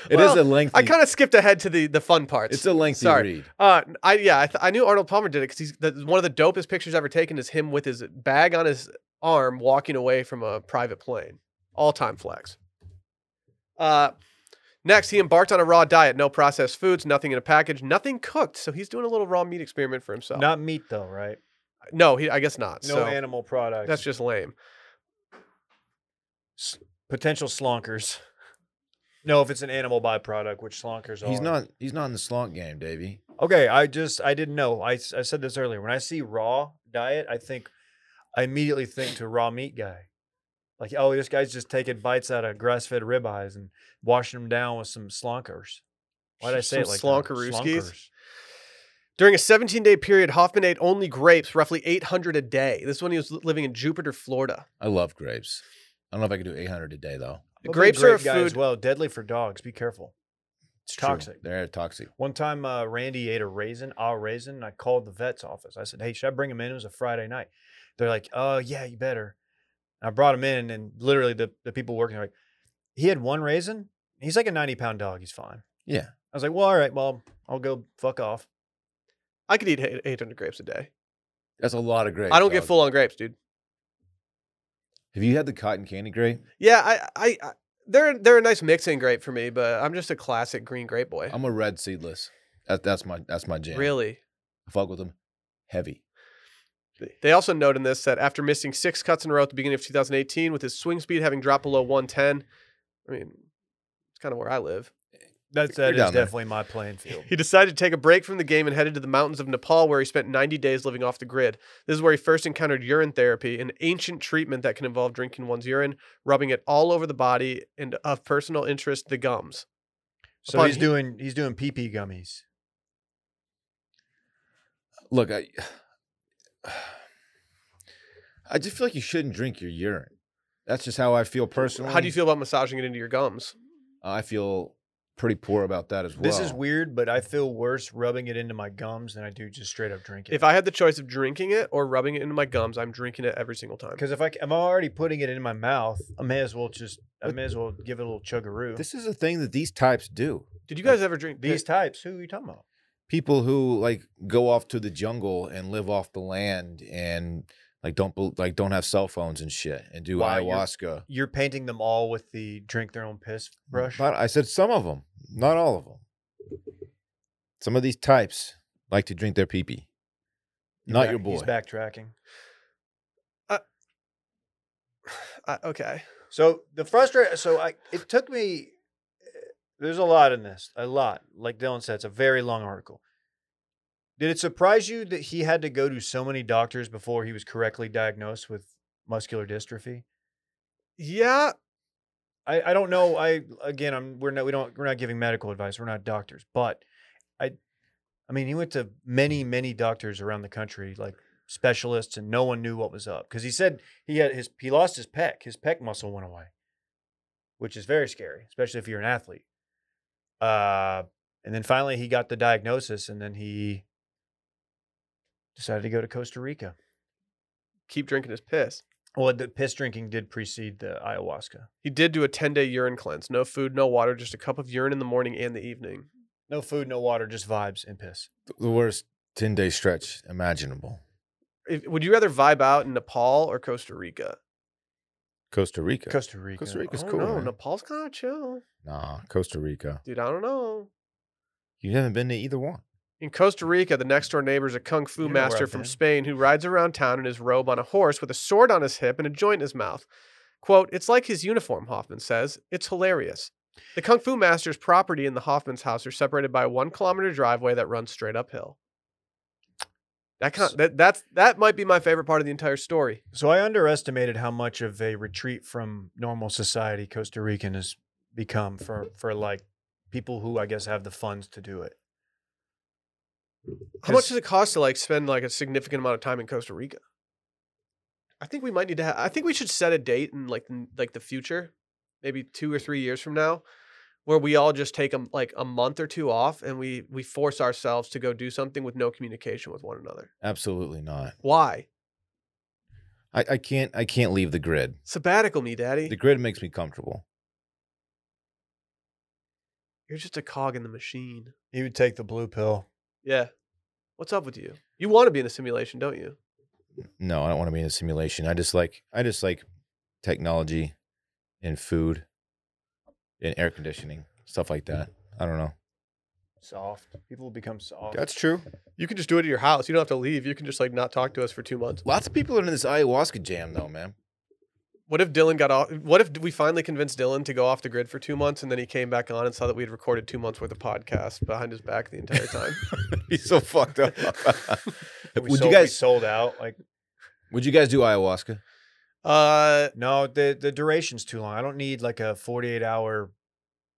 [SPEAKER 3] is
[SPEAKER 1] Well,
[SPEAKER 3] a lengthy.
[SPEAKER 1] I kind of skipped ahead to the the fun parts.
[SPEAKER 3] It's a lengthy
[SPEAKER 1] Sorry.
[SPEAKER 3] read.
[SPEAKER 1] Uh, I yeah, I, th- I knew Arnold Palmer did it because he's the, one of the dopest pictures ever taken is him with his bag on his arm walking away from a private plane. All time flex. Uh, next, he embarked on a raw diet, no processed foods, nothing in a package, nothing cooked. So he's doing a little raw meat experiment for himself. Uh,
[SPEAKER 2] Not meat though, right?
[SPEAKER 1] no, he, I guess not.
[SPEAKER 2] No
[SPEAKER 1] so
[SPEAKER 2] animal products.
[SPEAKER 1] that's just lame.
[SPEAKER 2] potential slonkers. No, if it's an animal byproduct, which slonkers are.
[SPEAKER 3] He's not. He's not in the slot game, Davey.
[SPEAKER 2] Okay, I just I didn't know. I, s- I said this earlier. When I see raw diet, I think I immediately think to raw meat guy. Like, oh, this guy's just taking bites out of grass-fed ribeyes and washing them down with some slonkers. Why did I say
[SPEAKER 1] Some
[SPEAKER 2] it like that?
[SPEAKER 1] slonkerooskies? During a 17 day period, Hoffman ate only grapes, roughly 800 a day. This is when he was li- living in Jupiter, Florida.
[SPEAKER 3] I love grapes. I don't know if I could do 800 a day though.
[SPEAKER 2] I'm a big
[SPEAKER 1] Grapes are a
[SPEAKER 2] grape guy as
[SPEAKER 1] food-
[SPEAKER 2] well, deadly for dogs. Be careful.
[SPEAKER 3] It's
[SPEAKER 2] true. Toxic.
[SPEAKER 3] They're toxic.
[SPEAKER 2] One time, uh, Randy ate a raisin, a raisin, and I called the vet's office. I said, "Hey, should I bring him in?" It was a Friday night. They're like, "Oh yeah, you better." I brought him in, and literally the the people working are like, "He had one raisin. He's like a ninety pound dog. He's fine."
[SPEAKER 3] Yeah.
[SPEAKER 2] I was like, well, all right, well, I'll go fuck off.
[SPEAKER 1] I could eat eight- 800 grapes a day.
[SPEAKER 3] That's a lot of grapes.
[SPEAKER 1] I don't get
[SPEAKER 3] dog.
[SPEAKER 1] full on grapes, dude.
[SPEAKER 3] Have you had the cotton candy grape?
[SPEAKER 1] Yeah, I, I, I they're they're a nice mixing grape for me, but I'm just a classic green grape boy.
[SPEAKER 3] I'm a red seedless. That, that's my that's my jam.
[SPEAKER 1] Really.
[SPEAKER 3] I fuck with them heavy.
[SPEAKER 1] They also note in this that after missing six cuts in a row at the beginning of 2018, with his swing speed having dropped below 110, I mean, it's kind of where I live.
[SPEAKER 2] That's
[SPEAKER 3] You're
[SPEAKER 2] that is
[SPEAKER 3] down there.
[SPEAKER 2] definitely my playing field.
[SPEAKER 1] He decided to take a break from the game and headed to the mountains of Nepal, where he spent 90 days living off the grid. This is where he first encountered urine therapy, an ancient treatment that can involve drinking one's urine, rubbing it all over the body, and of personal interest, the gums.
[SPEAKER 2] So
[SPEAKER 1] Upon
[SPEAKER 2] he's
[SPEAKER 1] he-
[SPEAKER 2] doing he's doing PP gummies.
[SPEAKER 3] Look, I I just feel like you shouldn't drink your urine. That's just how I feel personally.
[SPEAKER 1] How do you feel about massaging it into your gums?
[SPEAKER 3] I feel pretty poor about that as well.
[SPEAKER 2] This is weird, but I feel worse rubbing it into my gums than I do just straight up drinking.
[SPEAKER 1] If I had the choice of drinking it or rubbing it into my gums, I'm drinking it every single time.
[SPEAKER 2] because if I c- I'm already putting it in my mouth, I may as well just I may as well give it a little chuggaroo.
[SPEAKER 3] This is a thing that these types do.
[SPEAKER 1] Did you guys ever drink
[SPEAKER 2] These types, who are you talking about?
[SPEAKER 3] People who like go off to the jungle and live off the land and like don't bel- like don't have cell phones and shit and do
[SPEAKER 2] Wow, you're-
[SPEAKER 3] ayahuasca.
[SPEAKER 2] You're painting them all with the drink their own piss brush.
[SPEAKER 3] Not, I said some of them, not all of them. Some of these types like to drink their pee pee.
[SPEAKER 2] He's
[SPEAKER 3] Not
[SPEAKER 2] back-
[SPEAKER 3] your boy.
[SPEAKER 2] He's backtracking.
[SPEAKER 1] I, okay.
[SPEAKER 2] So the frustrating. So I it took me. There's a lot in this. A lot. Like Dylan said, it's a very long article. Did it surprise you that he had to go to so many doctors before he was correctly diagnosed with muscular dystrophy?
[SPEAKER 1] Yeah,
[SPEAKER 2] I, I don't know. I again, I'm we're not we don't we're not giving medical advice. We're not doctors, but I, I mean, he went to many many doctors around the country, like specialists, and no one knew what was up because he said he had his he lost his pec, his pec muscle went away, which is very scary, especially if you're an athlete. Uh, and then finally he got the diagnosis, and then he decided to go to Costa Rica.
[SPEAKER 1] keep drinking his piss.
[SPEAKER 2] Well, the piss drinking did precede the ayahuasca.
[SPEAKER 1] He did do a 10 day urine cleanse. No food, no water, just a cup of urine in the morning and the evening.
[SPEAKER 2] No food, no water, just vibes and piss.
[SPEAKER 3] The worst 10 day stretch imaginable.
[SPEAKER 1] If, would you rather vibe out in Nepal or Costa Rica?
[SPEAKER 3] Costa Rica.
[SPEAKER 2] Costa Rica.
[SPEAKER 3] Costa Rica. It's
[SPEAKER 1] I don't
[SPEAKER 3] cool,
[SPEAKER 1] know.
[SPEAKER 3] man.
[SPEAKER 1] Nepal's kind of chill.
[SPEAKER 3] nah, Costa Rica.
[SPEAKER 1] Dude, I don't know.
[SPEAKER 3] You haven't been to either one.
[SPEAKER 1] In Costa Rica, the next door neighbor's a kung fu
[SPEAKER 2] You know where
[SPEAKER 1] master
[SPEAKER 2] I've
[SPEAKER 1] from
[SPEAKER 2] been.
[SPEAKER 1] Spain who rides around town in his robe on a horse with a sword on his hip and a joint in his mouth. Quote, It's like his uniform, Hoffman says. It's hilarious. The kung fu master's property and the Hoffman's house are separated by a one kilometer driveway that runs straight uphill. That, kind
[SPEAKER 2] S-
[SPEAKER 1] that that's that might be my favorite part of the entire story.
[SPEAKER 2] So I underestimated how much of a retreat from normal society Costa Rican has become for for like people who I guess have the funds to do it.
[SPEAKER 1] How much
[SPEAKER 2] 'Cause-
[SPEAKER 1] does it cost to like spend like a significant amount of time in Costa Rica? I think we might need to. Ha- I think we should set a date in like n- like the future, maybe two or three years from now, where we all just take a, like a month or two off and we we force ourselves to go do something with no communication with one another.
[SPEAKER 3] Absolutely not.
[SPEAKER 1] Why
[SPEAKER 3] I, I can't I can't leave the grid.
[SPEAKER 1] sabbatical me, Daddy?
[SPEAKER 3] The grid makes me comfortable.
[SPEAKER 1] You're just a cog in the machine.
[SPEAKER 2] You would take the blue pill.
[SPEAKER 1] Yeah. What's up with you? You want to be in a simulation, don't you?
[SPEAKER 3] No, I don't want to be in a simulation. I just like I just like technology and food and air conditioning, stuff like that. I don't know.
[SPEAKER 2] Soft. People will become soft.
[SPEAKER 3] true.
[SPEAKER 1] You can just do it at your house. You don't have to leave. You can just like not talk to us for two months.
[SPEAKER 3] Lots of people are in this ayahuasca jam though, man.
[SPEAKER 1] What if Dylan got off? What if we finally convinced Dylan to go off the grid for two months and then he came back on and saw that we'd recorded two months worth of podcast behind his back the entire time?
[SPEAKER 3] He's so fucked up.
[SPEAKER 2] We
[SPEAKER 3] would
[SPEAKER 2] sold-
[SPEAKER 3] you
[SPEAKER 2] we
[SPEAKER 3] guys
[SPEAKER 2] sold out? Like
[SPEAKER 3] would you guys do ayahuasca?
[SPEAKER 1] uh,
[SPEAKER 2] no, the the duration's too long. I don't need like a forty eight hour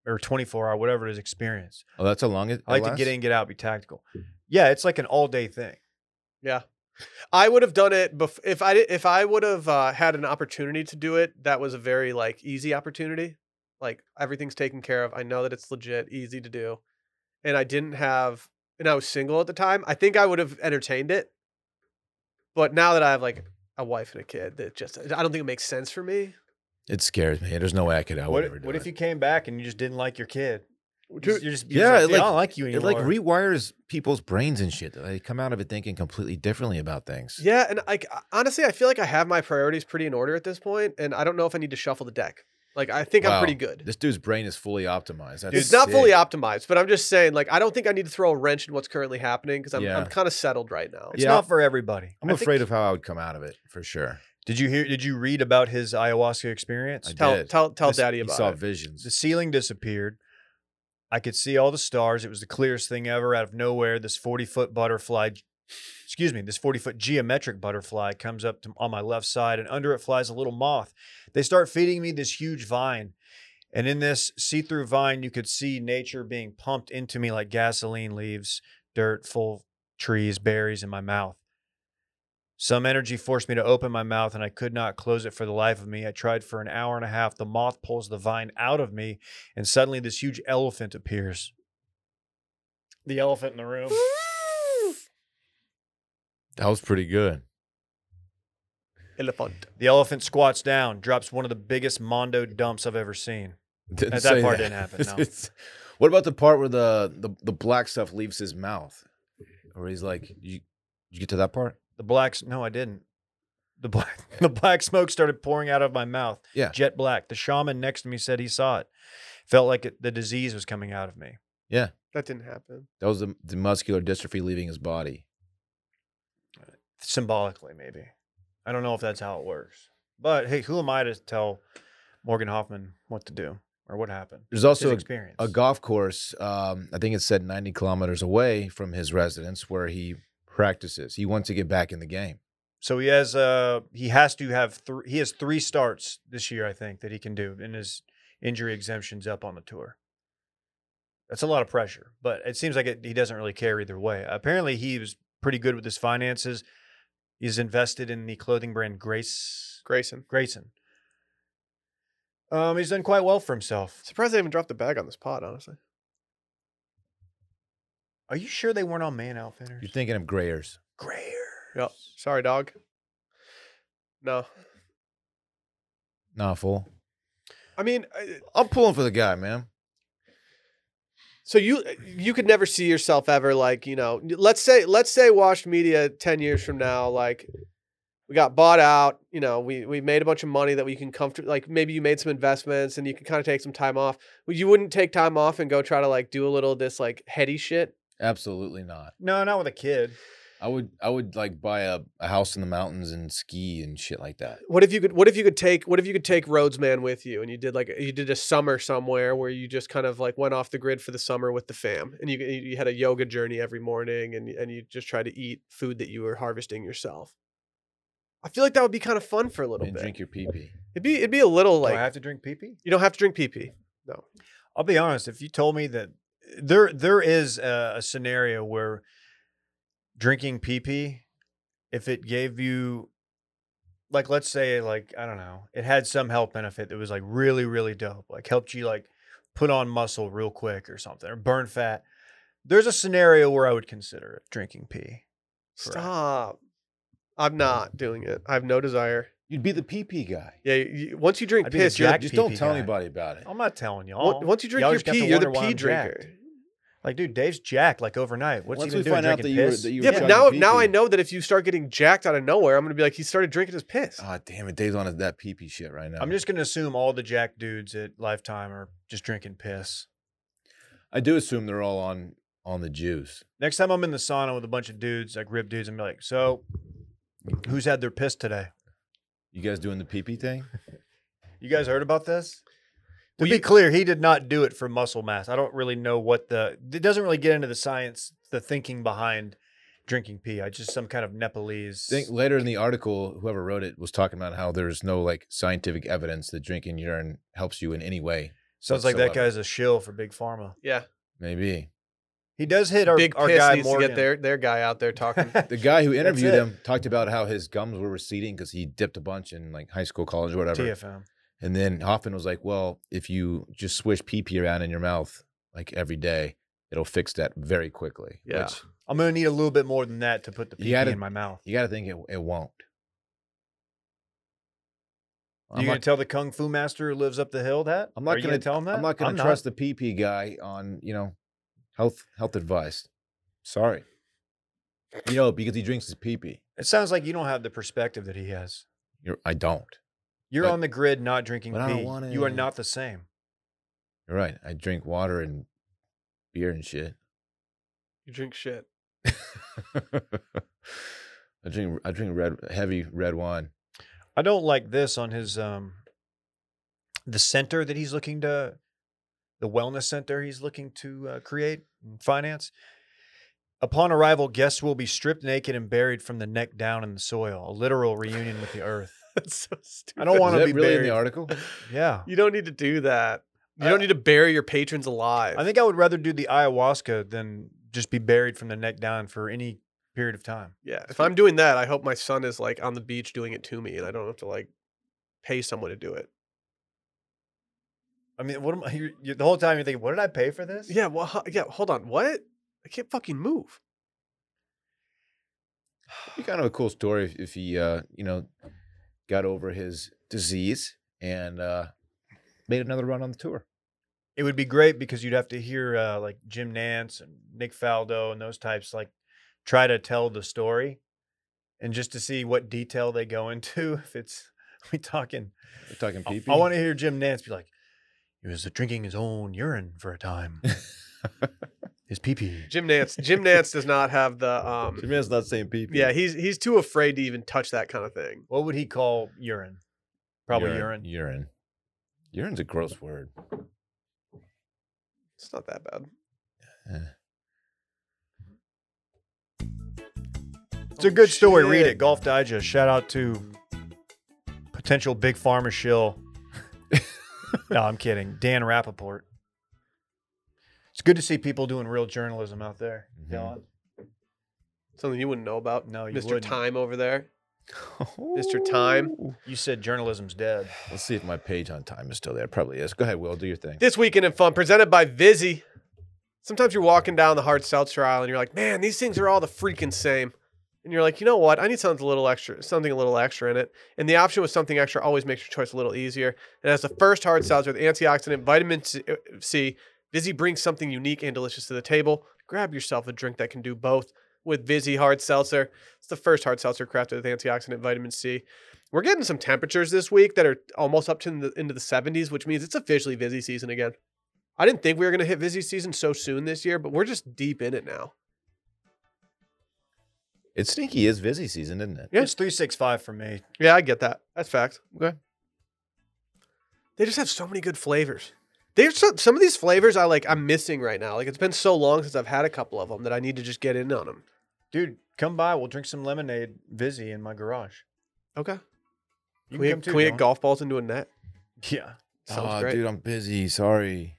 [SPEAKER 2] or twenty four hour whatever it is experience.
[SPEAKER 3] Oh, that's how long it.
[SPEAKER 2] I like to get in, get out, be tactical. Yeah, it's like an all day thing.
[SPEAKER 1] I would have done it bef- if I did, if I would have uh, had an opportunity to do it. That was a very like easy opportunity. Like everything's taken care of. I know that it's legit, easy to do, and I didn't have and I was single at the time. I think I would have entertained it, but now that I have like a wife and a kid, that just I don't think it makes sense for me.
[SPEAKER 3] It scares me. There's no way I could. I would
[SPEAKER 2] what
[SPEAKER 3] never do
[SPEAKER 2] what if
[SPEAKER 3] it.
[SPEAKER 2] you came back and you just didn't like your kid? You're
[SPEAKER 1] Dude,
[SPEAKER 2] just,
[SPEAKER 3] Yeah,
[SPEAKER 2] yeah,
[SPEAKER 3] it
[SPEAKER 2] I
[SPEAKER 3] like-
[SPEAKER 2] don't like you
[SPEAKER 3] It
[SPEAKER 2] anymore.
[SPEAKER 3] like rewires people's brains and shit. They come out of it thinking completely differently about things.
[SPEAKER 1] Yeah, and like honestly, I feel like I have my priorities pretty in order at this point, and I don't know if I need to shuffle the deck. Like I think I'm
[SPEAKER 3] Wow.
[SPEAKER 1] pretty good.
[SPEAKER 3] This dude's brain is fully optimized. That's
[SPEAKER 1] it's not fully
[SPEAKER 3] sick.
[SPEAKER 1] optimized, but I'm just saying, like, I don't think I need to throw a wrench in what's currently happening because I'm,
[SPEAKER 3] Yeah.
[SPEAKER 1] I'm kind of settled right now.
[SPEAKER 2] it's
[SPEAKER 3] Yeah.
[SPEAKER 2] not for everybody.
[SPEAKER 3] I'm
[SPEAKER 2] I think-
[SPEAKER 3] afraid of how I would come out of it for sure.
[SPEAKER 2] Did you hear? Did you read about his ayahuasca experience?
[SPEAKER 3] I
[SPEAKER 1] Tell
[SPEAKER 3] did.
[SPEAKER 1] tell tell
[SPEAKER 3] This-
[SPEAKER 1] daddy
[SPEAKER 3] he
[SPEAKER 1] about
[SPEAKER 3] saw
[SPEAKER 1] it.
[SPEAKER 3] visions.
[SPEAKER 2] The ceiling disappeared. I could see all the stars. It was the clearest thing ever. Out of nowhere, this 40 foot butterfly, excuse me, this 40 foot geometric butterfly comes up to, on my left side, and under it flies a little moth. They start feeding me this huge vine. And in this see through vine, you could see nature being pumped into me like gasoline, leaves, dirt, full trees, berries in my mouth. Some energy forced me to open my mouth and I could not close it for the life of me. I tried for an hour and a half. The moth pulls the vine out of me, and suddenly this huge elephant appears. The elephant in the room.
[SPEAKER 3] That was pretty good.
[SPEAKER 1] Elephant.
[SPEAKER 2] The elephant squats down, drops one of the biggest mondo dumps I've ever seen.
[SPEAKER 3] Didn't
[SPEAKER 2] Uh, that
[SPEAKER 3] say
[SPEAKER 2] part didn't happen, no.
[SPEAKER 3] It's- what about the part where the, the the black stuff leaves his mouth, where he's like, "You you get to that part?"
[SPEAKER 2] The black s- no, I didn't. The black the black smoke started pouring out of my mouth.
[SPEAKER 3] Yeah.
[SPEAKER 2] Jet black. The shaman next to me said he saw it. Felt like it, the disease was coming out of me.
[SPEAKER 1] That didn't happen.
[SPEAKER 3] That was the, the muscular dystrophy leaving his body.
[SPEAKER 2] symbolically maybe i don't know if that's how it works but hey who am i to tell morgan hoffman what to do or what happened
[SPEAKER 3] There's
[SPEAKER 2] his
[SPEAKER 3] also a,
[SPEAKER 2] experience
[SPEAKER 3] a golf course. Um, I think it said 90 kilometers away from his residence where he practices. He wants to get back in the game.
[SPEAKER 2] so he has uh he has to have three he has three starts this year i think that he can do and his injury exemptions up on the tour that's a lot of pressure but it seems like it, he doesn't really care either way apparently he was pretty good with his finances he's invested in the clothing brand grace
[SPEAKER 1] Grayson.
[SPEAKER 2] grayson um he's done quite well for himself
[SPEAKER 1] Surprised they haven't dropped the bag on this pod, honestly.
[SPEAKER 2] Are you sure they weren't on Man Outfitters?
[SPEAKER 3] You're thinking of Grayers.
[SPEAKER 2] Grayer.
[SPEAKER 1] Yep. Sorry, dog. No.
[SPEAKER 3] Nah, fool.
[SPEAKER 1] I mean, I-
[SPEAKER 3] I'm pulling for the guy, man.
[SPEAKER 1] so you you could never see yourself ever like, you know, let's say let's say washed media 10 years from now like we got bought out, you know, we we made a bunch of money that we can comfortably like maybe you made some investments and you can kind of take some time off. Well, You wouldn't take time off and go try to like do a little of this like heady shit.
[SPEAKER 3] Absolutely not.
[SPEAKER 2] No, not with a kid.
[SPEAKER 3] I would I would like buy a, a house in the mountains and ski and shit like that.
[SPEAKER 1] What if you could? What if you could take? What if you could take Rhodesman with you, and you did like you did a summer somewhere where you just kind of like went off the grid for the summer with the fam, and you you had a yoga journey every morning, and and you just tried to eat food that you were harvesting yourself. I feel like that would be kind of fun for a little
[SPEAKER 3] and
[SPEAKER 1] bit.
[SPEAKER 3] drink your pee pee.
[SPEAKER 1] It'd be it'd be a little
[SPEAKER 2] Do Oh, I
[SPEAKER 1] like
[SPEAKER 2] have to drink pee pee?
[SPEAKER 1] you don't have to drink pee pee.
[SPEAKER 2] I'll be honest. If you told me that eh, there there is a, a scenario where drinking pee pee, if it gave you, like, let's say, like, I don't know, it had some health benefit that was like really, really dope, like helped you like put on muscle real quick or something, or burn fat. There's a scenario where I would consider it, drinking pee. Correct.
[SPEAKER 1] Stop. I'm not doing it. I have no desire.
[SPEAKER 3] You'd be the pee pee guy.
[SPEAKER 1] Yeah. You, once you drink
[SPEAKER 2] I'd be the
[SPEAKER 1] piss, you're
[SPEAKER 2] Jack
[SPEAKER 3] Just don't
[SPEAKER 2] pee-pee
[SPEAKER 3] tell
[SPEAKER 2] guy.
[SPEAKER 3] anybody about it.
[SPEAKER 2] I'm not telling y'all.
[SPEAKER 1] on- once you drink
[SPEAKER 2] Y'all
[SPEAKER 1] your
[SPEAKER 2] just got to
[SPEAKER 1] pee, you're the
[SPEAKER 2] wonder why
[SPEAKER 1] pee
[SPEAKER 2] I'm
[SPEAKER 1] drinker.
[SPEAKER 2] jacked. Like, dude, Dave's jacked like overnight. What's
[SPEAKER 3] Once
[SPEAKER 2] he
[SPEAKER 3] we
[SPEAKER 2] been doing?
[SPEAKER 3] find out that
[SPEAKER 2] drinking
[SPEAKER 3] you were
[SPEAKER 2] piss?
[SPEAKER 3] that you were
[SPEAKER 1] Yeah, but
[SPEAKER 3] trying
[SPEAKER 1] now
[SPEAKER 3] to
[SPEAKER 1] now I
[SPEAKER 3] pee-pee.
[SPEAKER 1] know that if you start getting jacked out of nowhere, I'm gonna be like, he started drinking his piss.
[SPEAKER 2] Oh.
[SPEAKER 3] Ah, damn it, Dave's on his- that pee pee shit right now.
[SPEAKER 2] I'm just gonna assume all the jack dudes at Lifetime are just drinking piss.
[SPEAKER 3] I do assume they're all on on the juice.
[SPEAKER 2] Next time I'm in the sauna with a bunch of dudes, like rib dudes, I'm like, so who's had their piss today?
[SPEAKER 3] You guys doing the pee pee thing?
[SPEAKER 2] You guys heard about this? To
[SPEAKER 1] Well,
[SPEAKER 2] be
[SPEAKER 1] you-
[SPEAKER 2] clear, he did not do it for muscle mass. I don't really know what the it doesn't really get into the science, the thinking behind drinking pee. I just some kind of Nepalese.
[SPEAKER 3] I think later in the article, whoever wrote it was talking about how there's no like scientific evidence that drinking urine helps you in any way.
[SPEAKER 2] Sounds like that
[SPEAKER 3] whatsoever.
[SPEAKER 2] guy's a shill for big pharma.
[SPEAKER 1] Yeah.
[SPEAKER 3] Maybe
[SPEAKER 2] He does hit our,
[SPEAKER 1] Big
[SPEAKER 2] our
[SPEAKER 1] piss
[SPEAKER 2] guy
[SPEAKER 1] needs
[SPEAKER 2] Morgan.
[SPEAKER 1] to get their their guy out there talking.
[SPEAKER 3] the guy who interviewed
[SPEAKER 2] it.
[SPEAKER 3] him talked about how his gums were receding because he dipped a bunch in like high school, college, or whatever.
[SPEAKER 2] TFM.
[SPEAKER 3] And then Hoffman was like, "Well, if you just swish pee pee around in your mouth like every day, it'll fix that very quickly."
[SPEAKER 1] Yeah.
[SPEAKER 3] Which
[SPEAKER 2] I'm gonna need a little bit more than that to put the
[SPEAKER 3] You
[SPEAKER 2] pee
[SPEAKER 3] gotta-
[SPEAKER 2] in my mouth.
[SPEAKER 3] you got to think it it won't. I'm
[SPEAKER 2] you gonna
[SPEAKER 3] not,
[SPEAKER 2] tell the kung fu master who lives up the hill that?
[SPEAKER 3] I'm not
[SPEAKER 2] Are you
[SPEAKER 3] gonna-
[SPEAKER 2] tell him that.
[SPEAKER 3] I'm not going to trust the PP guy on you know health health advice. Sorry, you know because he drinks his PP.
[SPEAKER 2] It sounds like you don't have the perspective that he has.
[SPEAKER 3] You're, I don't.
[SPEAKER 2] You're
[SPEAKER 3] But-
[SPEAKER 2] on the grid, not drinking
[SPEAKER 3] but I don't
[SPEAKER 2] pee.
[SPEAKER 3] wanna-
[SPEAKER 2] You are not the same.
[SPEAKER 3] You're right. I drink water and beer and shit.
[SPEAKER 1] You drink shit.
[SPEAKER 3] I drink I drink red heavy red wine.
[SPEAKER 2] I don't like this on his um the center that he's looking to the wellness center he's looking to uh, create and finance. Upon arrival, guests will be stripped naked and buried from the neck down in the soil, a literal reunion with the earth.
[SPEAKER 1] That's so stupid.
[SPEAKER 2] I don't
[SPEAKER 3] Is
[SPEAKER 2] want to
[SPEAKER 3] that
[SPEAKER 2] be
[SPEAKER 3] really in
[SPEAKER 2] buried.
[SPEAKER 3] the article?
[SPEAKER 2] Yeah.
[SPEAKER 1] You don't need to do that. You
[SPEAKER 2] I-
[SPEAKER 1] don't need to bury your patrons alive.
[SPEAKER 2] I think I would rather do the ayahuasca than just be buried from the neck down for any period of time.
[SPEAKER 1] Yeah. If I'm doing that, I hope my son is like on the beach doing it to me, and I don't have to like pay someone to do it.
[SPEAKER 2] I mean, what am I? You, you, the whole time you're thinking, what did I pay for this?
[SPEAKER 1] Yeah. Well. hu- Yeah. Hold on. What? I can't fucking move.
[SPEAKER 3] It'd be kind of a cool story if, if he, uh, you know, got over his disease and uh, made another run on the tour.
[SPEAKER 2] It would be great because you'd have to hear uh, like Jim Nance and Nick Faldo and those types like try to tell the story, and just to see what detail they go into. If it's we talking,
[SPEAKER 3] We're talking
[SPEAKER 2] I,
[SPEAKER 3] pee
[SPEAKER 2] I want to hear Jim Nance be like, he was uh, drinking his own urine for a time, his pee pee.
[SPEAKER 1] Jim Nance. Jim Nance does not have the. Um,
[SPEAKER 3] man's not saying pee
[SPEAKER 1] yeah. He's he's too afraid to even touch that kind of thing.
[SPEAKER 2] What would he call urine? Probably urine.
[SPEAKER 3] Urine. Urine's a gross word.
[SPEAKER 1] It's not that bad.
[SPEAKER 2] It's a good story. Read
[SPEAKER 1] Oh, Shit.
[SPEAKER 2] it. Golf Digest. Shout out to potential big farmer shill. no, I'm kidding. Dan Rappaport. It's good to see people doing real journalism out there.
[SPEAKER 3] Mhm.
[SPEAKER 1] Mm-hmm.
[SPEAKER 2] Dylan.
[SPEAKER 1] Something you wouldn't know about.
[SPEAKER 2] No, you
[SPEAKER 1] mister
[SPEAKER 2] wouldn't.
[SPEAKER 1] Time over there. Mr. Time.
[SPEAKER 2] You said journalism's dead.
[SPEAKER 3] Let's see if my page on time is still there. Probably is. Go ahead, Will. Do your thing.
[SPEAKER 1] This weekend in fun, presented by Vizzy. Sometimes you're walking down the hard seltzer aisle and you're like, man, these things are all the freaking same. And you're like, you know what? I need something a little extra, something a little extra in it. And the option with something extra always makes your choice a little easier. And as the first hard seltzer with antioxidant vitamin C- uh, C, Vizzy brings something unique and delicious to the table. Grab yourself a drink that can do both with Vizzy hard seltzer. It's the first hard seltzer crafted with antioxidant vitamin C. We're getting some temperatures this week that are almost up to in the, into the 70s, which means it's officially Vizzy season again. I didn't think we were going to hit Vizzy season so soon this year, but we're just deep in it now.
[SPEAKER 3] It's sneaky is busy season, isn't it?
[SPEAKER 1] Yeah.
[SPEAKER 2] It's 365 for me.
[SPEAKER 1] Yeah, I get that. That's fact.
[SPEAKER 3] Okay.
[SPEAKER 1] They just have so many good flavors. There's some, some of these flavors I like. I'm missing right now. Like it's been so long since I've had a couple of them that I need to just get in on them.
[SPEAKER 2] Dude, come by. We'll drink some lemonade Vizzy in my garage.
[SPEAKER 1] Okay. Can
[SPEAKER 2] You
[SPEAKER 1] we,
[SPEAKER 2] come
[SPEAKER 1] can we
[SPEAKER 2] Dylan.
[SPEAKER 1] get golf balls into a net?
[SPEAKER 2] Yeah.
[SPEAKER 1] Sounds
[SPEAKER 3] Aw,
[SPEAKER 1] great.
[SPEAKER 3] dude, I'm busy. Sorry.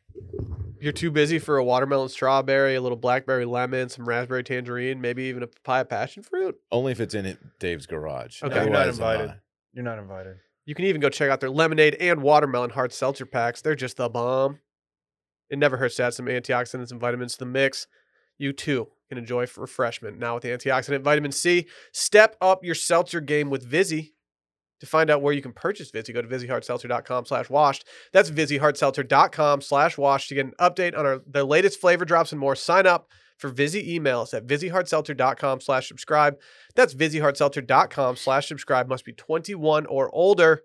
[SPEAKER 1] You're too busy for a watermelon, strawberry, a little blackberry, lemon, some raspberry, tangerine, maybe even a papaya, passion fruit.
[SPEAKER 3] Only if it's in it, Dave's garage.
[SPEAKER 1] Okay. No, you're
[SPEAKER 2] not
[SPEAKER 3] Otherwise, I'm
[SPEAKER 2] invited. You're not invited.
[SPEAKER 1] You can even go check out their lemonade and watermelon hard seltzer packs. They're just the bomb. It never hurts to add some antioxidants and vitamins to the mix. You too can enjoy refreshment now with the antioxidant vitamin C. Step up your seltzer game with Vizzy. To find out where you can purchase Vizzy, go to VizzyHardSeltzer.com slash washed. That's VizzyHardSeltzer.com slash washed to get an update on our the latest flavor drops and more. Sign up for Vizzy email us at VizzyHardSeltzer.com slash subscribe. That's VizzyHardSeltzer.com slash subscribe. Must be 21 or older.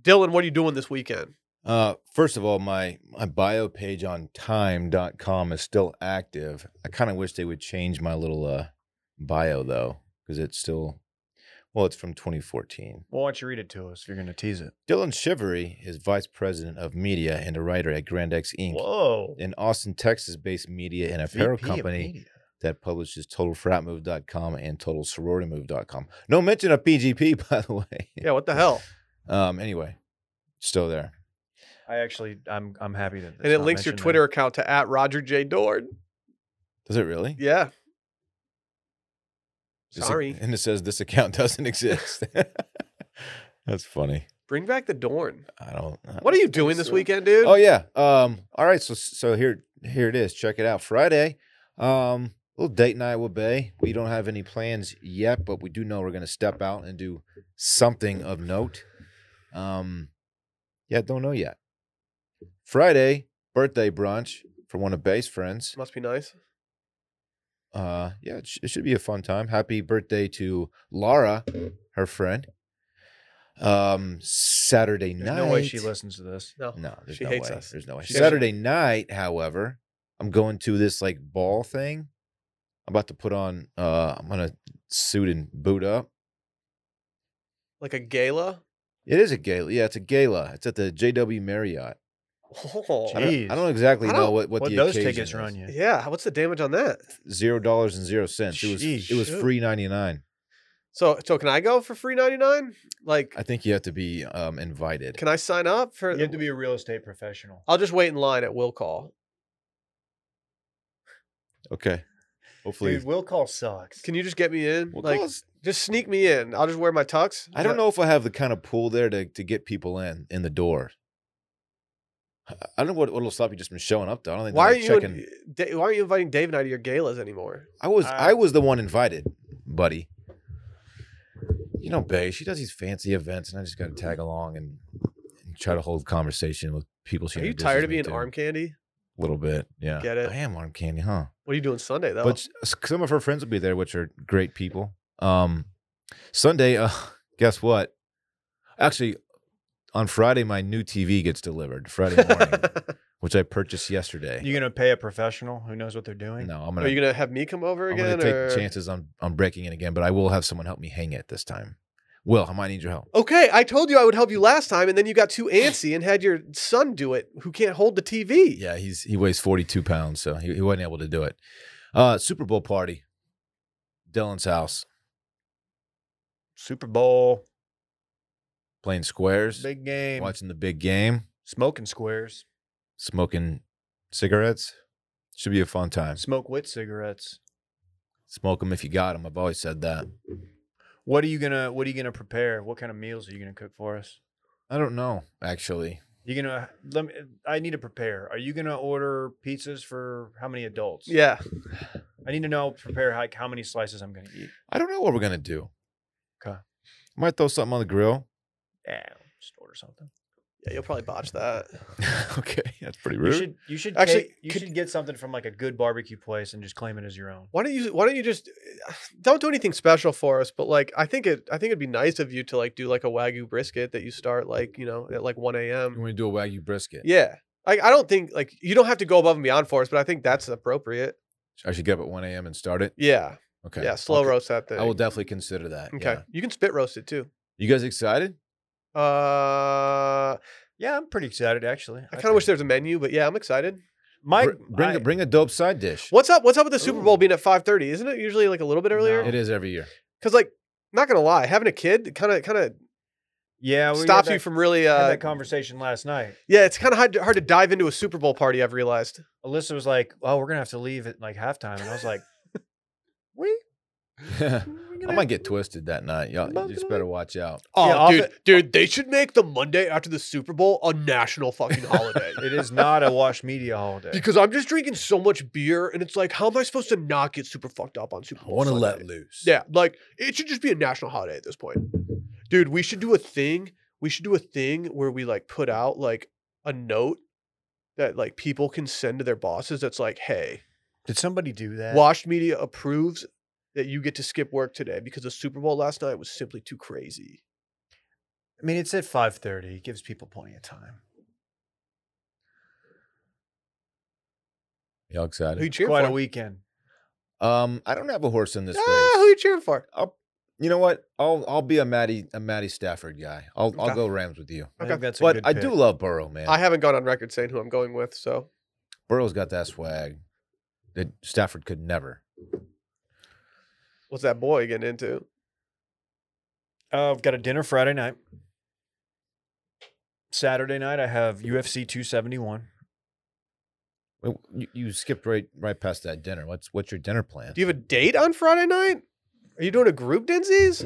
[SPEAKER 1] Dylan, what are you doing this weekend?
[SPEAKER 3] Uh, first of all, my, my bio page on time.com is still active. I kind of wish they would change my little uh, bio though, because it's still, well, it's from 2014.
[SPEAKER 2] Well, why don't you read it to us if you're going to tease it?
[SPEAKER 3] Dylan Shivery is vice president of media and a writer at Grand X Inc.,
[SPEAKER 2] Whoa.
[SPEAKER 3] an Austin, Texas based media and apparel
[SPEAKER 2] VP of
[SPEAKER 3] company
[SPEAKER 2] media.
[SPEAKER 3] that publishes totalfratmove.com and totalsororitymove.com. No mention of PGP, by the way.
[SPEAKER 1] Yeah, what the hell?
[SPEAKER 3] Um, anyway, still there.
[SPEAKER 2] I actually, I'm, I'm happy that.
[SPEAKER 1] and
[SPEAKER 2] it's
[SPEAKER 1] it
[SPEAKER 2] not
[SPEAKER 1] links your
[SPEAKER 2] mentioned there.
[SPEAKER 1] Twitter account to at Roger J. Dorn.
[SPEAKER 3] Does it really?
[SPEAKER 1] Yeah.
[SPEAKER 3] This ac-
[SPEAKER 1] Sorry.
[SPEAKER 3] and it says this account doesn't exist. That's funny.
[SPEAKER 1] Bring back the Dorn.
[SPEAKER 3] I don't. I
[SPEAKER 1] What are
[SPEAKER 3] don't
[SPEAKER 1] you
[SPEAKER 3] think
[SPEAKER 1] doing this
[SPEAKER 3] so.
[SPEAKER 1] weekend, dude?
[SPEAKER 3] Oh yeah. Um. All right. So so here here it is. Check it out. Friday. Um. Little date night with Bay. We don't have any plans yet, but we do know we're gonna step out and do something of note. Um. Yeah, don't know yet. Friday, birthday brunch for one of Bay's friends.
[SPEAKER 1] Must be nice.
[SPEAKER 3] Uh, yeah, it, sh- it should be a fun time. Happy birthday to Laura, her friend. Um, Saturday
[SPEAKER 2] There's
[SPEAKER 3] night.
[SPEAKER 2] no way she listens to this.
[SPEAKER 1] No.
[SPEAKER 3] No, there's
[SPEAKER 1] She
[SPEAKER 3] no
[SPEAKER 1] hates
[SPEAKER 3] way.
[SPEAKER 1] us.
[SPEAKER 3] There's no way.
[SPEAKER 1] She-
[SPEAKER 3] Saturday night, however, I'm going to this like ball thing. I'm about to put on. Uh, I'm gonna suit and boot up.
[SPEAKER 1] Like a gala.
[SPEAKER 3] It is a gala. Yeah, it's a gala. It's at the JW Marriott.
[SPEAKER 1] Oh,
[SPEAKER 3] I don't, I
[SPEAKER 2] Jeez.
[SPEAKER 3] don't exactly
[SPEAKER 1] I
[SPEAKER 3] know
[SPEAKER 1] don't-
[SPEAKER 3] what what,
[SPEAKER 2] What
[SPEAKER 3] the
[SPEAKER 2] those
[SPEAKER 3] occasion
[SPEAKER 2] tickets
[SPEAKER 3] is.
[SPEAKER 2] run you?
[SPEAKER 1] yeah. What's the damage on that?
[SPEAKER 3] Zero dollars and zero cents. It was
[SPEAKER 2] Sheesh.
[SPEAKER 3] it was
[SPEAKER 2] Shoot.
[SPEAKER 3] free ninety nine.
[SPEAKER 1] So, so can I go for free ninety nine? Like,
[SPEAKER 3] I think you have to be um, invited.
[SPEAKER 1] can I sign up for?
[SPEAKER 2] You have to be a real estate professional.
[SPEAKER 1] I'll just wait in line at will call.
[SPEAKER 3] Okay. Hopefully,
[SPEAKER 2] Dude, will call sucks.
[SPEAKER 1] Can you just get me in?
[SPEAKER 3] Well,
[SPEAKER 1] like,
[SPEAKER 3] cause
[SPEAKER 1] just sneak me in. I'll just wear my tux.
[SPEAKER 3] I don't know if I have the kind of pool there to, to get people in in the door. I I don't know what what'll stop you just from showing up though. I don't think
[SPEAKER 1] Why are
[SPEAKER 3] they're,
[SPEAKER 1] you?
[SPEAKER 3] like,
[SPEAKER 1] in- Da- why aren't you inviting Dave and I to your galas anymore?
[SPEAKER 3] I was
[SPEAKER 2] I-
[SPEAKER 3] I, was the one invited, buddy. You know, Bay, she does these fancy events, and I just got to tag along and, and try to hold conversation with people. She
[SPEAKER 1] Are
[SPEAKER 3] had
[SPEAKER 1] you
[SPEAKER 3] business
[SPEAKER 1] tired
[SPEAKER 3] with
[SPEAKER 1] of being
[SPEAKER 3] too.
[SPEAKER 1] arm candy?
[SPEAKER 3] A little bit, yeah.
[SPEAKER 1] Get it?
[SPEAKER 3] I am arm candy, huh?
[SPEAKER 1] What are you doing Sunday though?
[SPEAKER 3] But s- s- some of her friends will be there, which are great people. Um, Sunday, uh, guess what? Actually, on Friday, my new TV gets delivered Friday morning, which I purchased yesterday.
[SPEAKER 2] You gonna pay a professional who knows what they're doing?
[SPEAKER 3] no, I'm
[SPEAKER 1] are
[SPEAKER 3] gonna
[SPEAKER 1] you gonna have me come over
[SPEAKER 3] I'm
[SPEAKER 1] again?
[SPEAKER 3] gonna take
[SPEAKER 1] or-
[SPEAKER 3] chances on on breaking it again, but I will have someone help me hang it this time. Will, I might need your help.
[SPEAKER 1] Okay, I told you I would help you last time, and then you got too antsy and had your son do it, who can't hold the TV.
[SPEAKER 3] Yeah, he's he weighs 42 pounds, so he, he wasn't able to do it. Uh, Super Bowl party, Dylan's house,
[SPEAKER 2] Super Bowl,
[SPEAKER 3] playing squares,
[SPEAKER 2] big game,
[SPEAKER 3] watching the big game,
[SPEAKER 2] smoking squares,
[SPEAKER 3] smoking cigarettes. Should be a fun time.
[SPEAKER 2] smoke with cigarettes.
[SPEAKER 3] Smoke them if you got them. I've always said that.
[SPEAKER 2] What are you gonna What are you gonna prepare? What kind of meals are you gonna cook for us?
[SPEAKER 3] I don't know actually.
[SPEAKER 2] You gonna let me? I need to prepare. Are you gonna order pizzas for how many adults?
[SPEAKER 1] Yeah.
[SPEAKER 2] I need to know prepare like how many slices I'm gonna eat.
[SPEAKER 3] I don't know what we're gonna do.
[SPEAKER 2] 'Kay.
[SPEAKER 3] Might throw something on the grill.
[SPEAKER 2] Yeah, Ah, just order something.
[SPEAKER 1] Yeah, you'll probably botch that.
[SPEAKER 3] okay, that's pretty
[SPEAKER 2] You
[SPEAKER 3] rude.
[SPEAKER 2] should you should
[SPEAKER 1] Actually,
[SPEAKER 2] actually you
[SPEAKER 1] could-
[SPEAKER 2] should get something from like a good barbecue place and just claim it as your own.
[SPEAKER 1] Why don't you? Why don't you just don't do anything special for us? But like, I think it. I think it'd be nice of you to like do like a wagyu brisket that you start like you know at like one
[SPEAKER 3] you
[SPEAKER 1] a.m.
[SPEAKER 3] want to do a wagyu brisket?
[SPEAKER 1] Yeah. I, I don't think like you don't have to go above and beyond for us, but I think that's appropriate.
[SPEAKER 3] I should get up at 1 a.m. and start it.
[SPEAKER 1] Yeah.
[SPEAKER 3] Okay.
[SPEAKER 1] Yeah. Slow
[SPEAKER 3] Okay.
[SPEAKER 1] roast that thing.
[SPEAKER 3] I will definitely consider that.
[SPEAKER 1] okay.
[SPEAKER 3] yeah.
[SPEAKER 1] You can spit roast it too.
[SPEAKER 3] You guys excited?
[SPEAKER 1] Uh,
[SPEAKER 2] Yeah, I'm pretty excited actually.
[SPEAKER 1] I kind of wish there was a menu, but yeah, I'm excited.
[SPEAKER 2] Mike
[SPEAKER 3] Br- bring
[SPEAKER 2] I-
[SPEAKER 3] a, bring a dope side dish.
[SPEAKER 1] What's up? What's up with the Super Bowl
[SPEAKER 2] Ooh.
[SPEAKER 1] being at 5:30? Isn't it usually like a little bit earlier?
[SPEAKER 2] No.
[SPEAKER 3] It is every year.
[SPEAKER 1] Because like, not gonna lie, having a kid kind of kind of
[SPEAKER 2] Yeah, we had
[SPEAKER 1] stops you
[SPEAKER 2] that-
[SPEAKER 1] from really.
[SPEAKER 2] had
[SPEAKER 1] Uh,
[SPEAKER 2] that conversation last night.
[SPEAKER 1] yeah, it's kind of hard to, hard to dive into a Super Bowl party. I've realized.
[SPEAKER 2] Alyssa was like, "Oh, we're gonna have to leave at like halftime," and I was like, "We."
[SPEAKER 3] I
[SPEAKER 2] we gonna
[SPEAKER 3] might get twisted that night. Y'all you just better watch out.
[SPEAKER 1] Oh,
[SPEAKER 2] Yeah, I'll
[SPEAKER 1] dude,
[SPEAKER 2] be-
[SPEAKER 1] dude, they should make the Monday after the Super Bowl a national fucking holiday.
[SPEAKER 2] It is not a wash media holiday.
[SPEAKER 1] because I'm just drinking so much beer, and it's like, how am I supposed to not get super fucked up on Super
[SPEAKER 3] I
[SPEAKER 1] Bowl?
[SPEAKER 3] want to
[SPEAKER 1] Sunday?
[SPEAKER 3] let loose.
[SPEAKER 1] Yeah, like it should just be a national holiday at this point. Dude, we should do a thing. We should do a thing where we like put out like a note that like people can send to their bosses that's like, "Hey,
[SPEAKER 2] Did somebody do that?
[SPEAKER 1] Washed Media approves that you get to skip work today because the Super Bowl last night was simply too crazy."
[SPEAKER 2] I mean, it's at five thirty. It gives people plenty of time.
[SPEAKER 3] Y'all
[SPEAKER 1] Who you
[SPEAKER 3] excited?
[SPEAKER 1] cheering
[SPEAKER 2] Quite
[SPEAKER 1] for?
[SPEAKER 2] a weekend.
[SPEAKER 3] Um, I don't have a horse in this
[SPEAKER 1] ah, who
[SPEAKER 3] race.
[SPEAKER 1] you cheering for?
[SPEAKER 3] You know what? I'll I'll be a Matty a Matty Stafford guy. I'll I'll
[SPEAKER 1] Okay.
[SPEAKER 3] go Rams with you.
[SPEAKER 2] I
[SPEAKER 1] Okay.
[SPEAKER 2] think that's a
[SPEAKER 3] But
[SPEAKER 2] good
[SPEAKER 3] I do
[SPEAKER 2] pick.
[SPEAKER 3] love Burrow, man.
[SPEAKER 1] I haven't gone on record saying who I'm going with, so
[SPEAKER 3] Burrow's got that swag that Stafford could never.
[SPEAKER 1] what's that boy getting into?
[SPEAKER 2] Uh, I've got a dinner Friday night. Saturday night, I have UFC 271.
[SPEAKER 3] Wait, You, you skipped right right past that dinner. What's what's your dinner plan?
[SPEAKER 1] Do you have a date on Friday night? Are you doing a group, Denzies?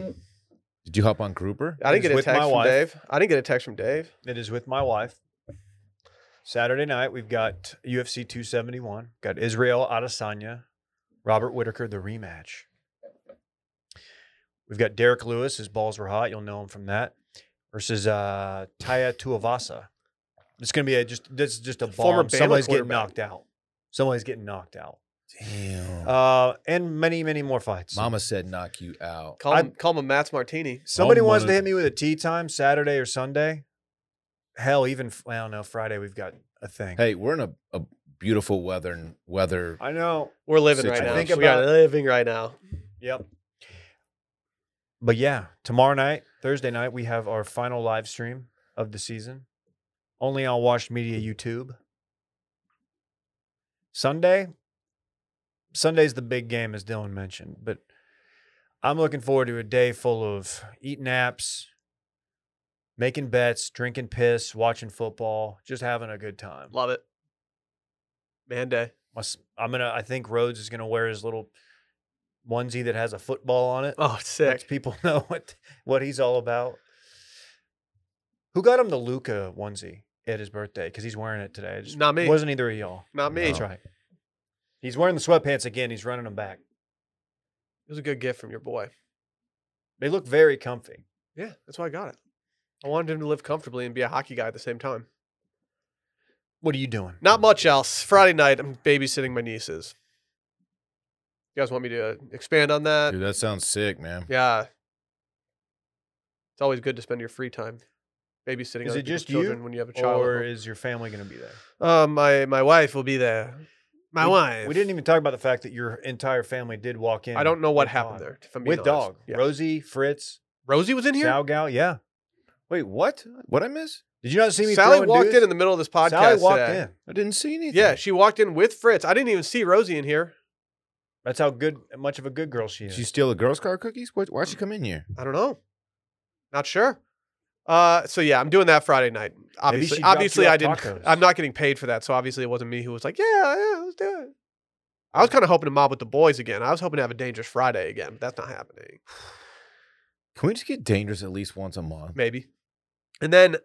[SPEAKER 3] Did you hop on Grouper?
[SPEAKER 1] I didn't
[SPEAKER 2] It's
[SPEAKER 1] get a
[SPEAKER 2] with my
[SPEAKER 1] text from
[SPEAKER 2] wife.
[SPEAKER 1] Dave. I didn't get a text from Dave.
[SPEAKER 2] It is with my wife. Saturday night, we've got UFC 271. Got Israel Adesanya, Robert Whitaker, the rematch. We've got Derek Lewis. His balls were hot. You'll know him from that. Versus uh, Taya Tuavasa. It's gonna be a just this is just a
[SPEAKER 1] Former
[SPEAKER 2] bomb.
[SPEAKER 1] Bama
[SPEAKER 2] Somebody's getting
[SPEAKER 1] quarterback.
[SPEAKER 2] knocked out. Somebody's getting knocked out.
[SPEAKER 3] Damn.
[SPEAKER 2] Uh, and many many more fights.
[SPEAKER 3] Mama said knock you out.
[SPEAKER 1] Call
[SPEAKER 2] I-
[SPEAKER 1] him, call him a Matt's Martini.
[SPEAKER 2] Somebody
[SPEAKER 3] Mama-
[SPEAKER 2] wants to hit me with a tea time Saturday or Sunday. Hell, even f- well, no Friday we've got a thing.
[SPEAKER 3] Hey, we're in a, a beautiful weather and weather.
[SPEAKER 2] I know.
[SPEAKER 1] We're living right
[SPEAKER 3] Situation.
[SPEAKER 1] now.
[SPEAKER 2] I think
[SPEAKER 1] we are
[SPEAKER 2] about-
[SPEAKER 1] living right now.
[SPEAKER 2] Yep. But yeah, tomorrow night, Thursday night, we have our final live stream of the season, only on Washed Media YouTube. Sunday, Sunday's the big game, as Dylan mentioned. But I'm looking forward to a day full of eating apps, making bets, drinking piss, watching football, just having a good time.
[SPEAKER 1] Love it. Man day.
[SPEAKER 2] My s- I'm gonna. I think Rhodes is gonna wear his little onesie that has a football on it
[SPEAKER 1] Oh,
[SPEAKER 2] lets
[SPEAKER 1] sick.
[SPEAKER 2] people know what what he's all about. Who got him the Luca onesie at his birthday? Because he's wearing it today. It just
[SPEAKER 1] Not me.
[SPEAKER 2] Wasn't either of y'all.
[SPEAKER 1] Not me.
[SPEAKER 2] That's right. He's wearing the sweatpants again. He's running them back.
[SPEAKER 1] It was a good gift from your boy.
[SPEAKER 2] They look very comfy.
[SPEAKER 1] Yeah, that's why I got it. I wanted him to live comfortably and be a hockey guy at the same time.
[SPEAKER 2] What are you doing?
[SPEAKER 1] Not much else. Friday night, I'm babysitting my nieces. You guys want me to uh, expand on that?
[SPEAKER 3] Dude, that sounds sick, man.
[SPEAKER 1] Yeah. It's always good to spend your free time babysitting
[SPEAKER 2] Is
[SPEAKER 1] other
[SPEAKER 2] it
[SPEAKER 1] people's
[SPEAKER 2] just you,
[SPEAKER 1] children when you have a child. at
[SPEAKER 2] Or
[SPEAKER 1] home.
[SPEAKER 2] is your family going to be there?
[SPEAKER 1] Uh, my my wife will be there. My
[SPEAKER 2] We-
[SPEAKER 1] wife.
[SPEAKER 2] We didn't even talk about the fact that your entire family did walk in.
[SPEAKER 1] I don't know what
[SPEAKER 2] with
[SPEAKER 1] happened
[SPEAKER 2] dog.
[SPEAKER 1] there. If I'm being
[SPEAKER 2] With
[SPEAKER 1] honest.
[SPEAKER 2] dog,
[SPEAKER 1] Yeah.
[SPEAKER 2] Rosie, Fritz,
[SPEAKER 1] Rosie was in here.
[SPEAKER 2] Sal Gal. Yeah.
[SPEAKER 3] Wait, what? What I miss?
[SPEAKER 2] Did you not see me?
[SPEAKER 1] Sally
[SPEAKER 2] throwing
[SPEAKER 1] walked
[SPEAKER 2] dudes?
[SPEAKER 1] in in the middle of this podcast.
[SPEAKER 2] Sally walked
[SPEAKER 1] today.
[SPEAKER 2] in.
[SPEAKER 3] I didn't see anything.
[SPEAKER 1] Yeah, she walked in with Fritz. I didn't even see Rosie in here.
[SPEAKER 2] That's how good, much of a good girl she is.
[SPEAKER 3] Did you steal the Girl Scout cookies? Why, why'd
[SPEAKER 1] Mm.
[SPEAKER 3] she come in here?
[SPEAKER 1] I don't know. Not sure. Uh, so yeah, I'm doing that Friday night. Obviously,
[SPEAKER 2] she dropped
[SPEAKER 1] obviously
[SPEAKER 2] you off
[SPEAKER 1] I didn't.
[SPEAKER 2] tacos.
[SPEAKER 1] I'm not getting paid for that, so obviously it wasn't me who was like, "Yeah, yeah, let's do it." I was kind of hoping to mob with the boys again. I was hoping to have a dangerous Friday again, but that's not happening.
[SPEAKER 3] Can we just get dangerous at least once a month?
[SPEAKER 1] Maybe. And then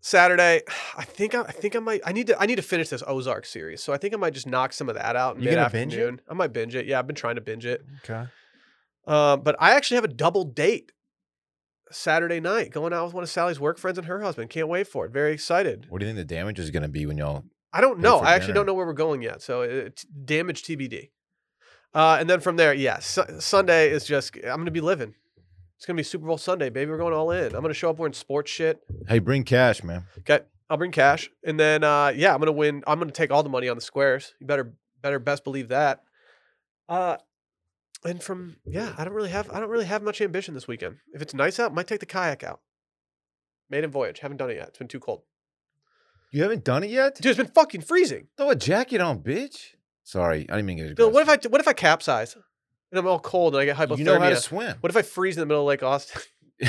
[SPEAKER 1] Saturday, I think I, I think I might. I need to. I need to finish this Ozark series, so I think I might just knock some of that out.
[SPEAKER 2] You gonna binge it?
[SPEAKER 1] mid-afternoon. I might binge it. Yeah, I've been trying to binge it.
[SPEAKER 2] okay.
[SPEAKER 1] Um, but I actually have a double date Saturday night going out with one of Sally's work friends and her husband. Can't wait for it. Very excited.
[SPEAKER 3] What do you think the damage is going to be when y'all?
[SPEAKER 1] I don't
[SPEAKER 3] Pay
[SPEAKER 1] know.
[SPEAKER 3] for
[SPEAKER 1] I actually don't
[SPEAKER 3] dinner.
[SPEAKER 1] know where we're going yet. So it's damage TBD. Uh, and then from there, yeah, Su- Sunday is just, I'm going to be living. It's going to be Super Bowl Sunday, baby. We're going all in. I'm going to show up wearing sports shit.
[SPEAKER 3] Hey, bring cash, man.
[SPEAKER 1] Okay. I'll bring cash. And then, uh, yeah, I'm going to win. I'm going to take all the money on the squares. You better, better best believe that. Uh, and from, yeah, I don't really have, I don't really have much ambition this weekend. If it's nice out, might take the kayak out. Maiden voyage. Haven't done it yet. It's been too cold.
[SPEAKER 3] You haven't done it yet.
[SPEAKER 1] Dude, it's been fucking freezing.
[SPEAKER 3] Throw a jacket on, bitch. Sorry, I didn't mean to get
[SPEAKER 1] Bill, what if
[SPEAKER 3] aggressive.
[SPEAKER 1] I what if I capsize and I'm all cold and I get hypothermia?
[SPEAKER 3] You know how to swim.
[SPEAKER 1] what if I freeze in the middle of Lake Austin?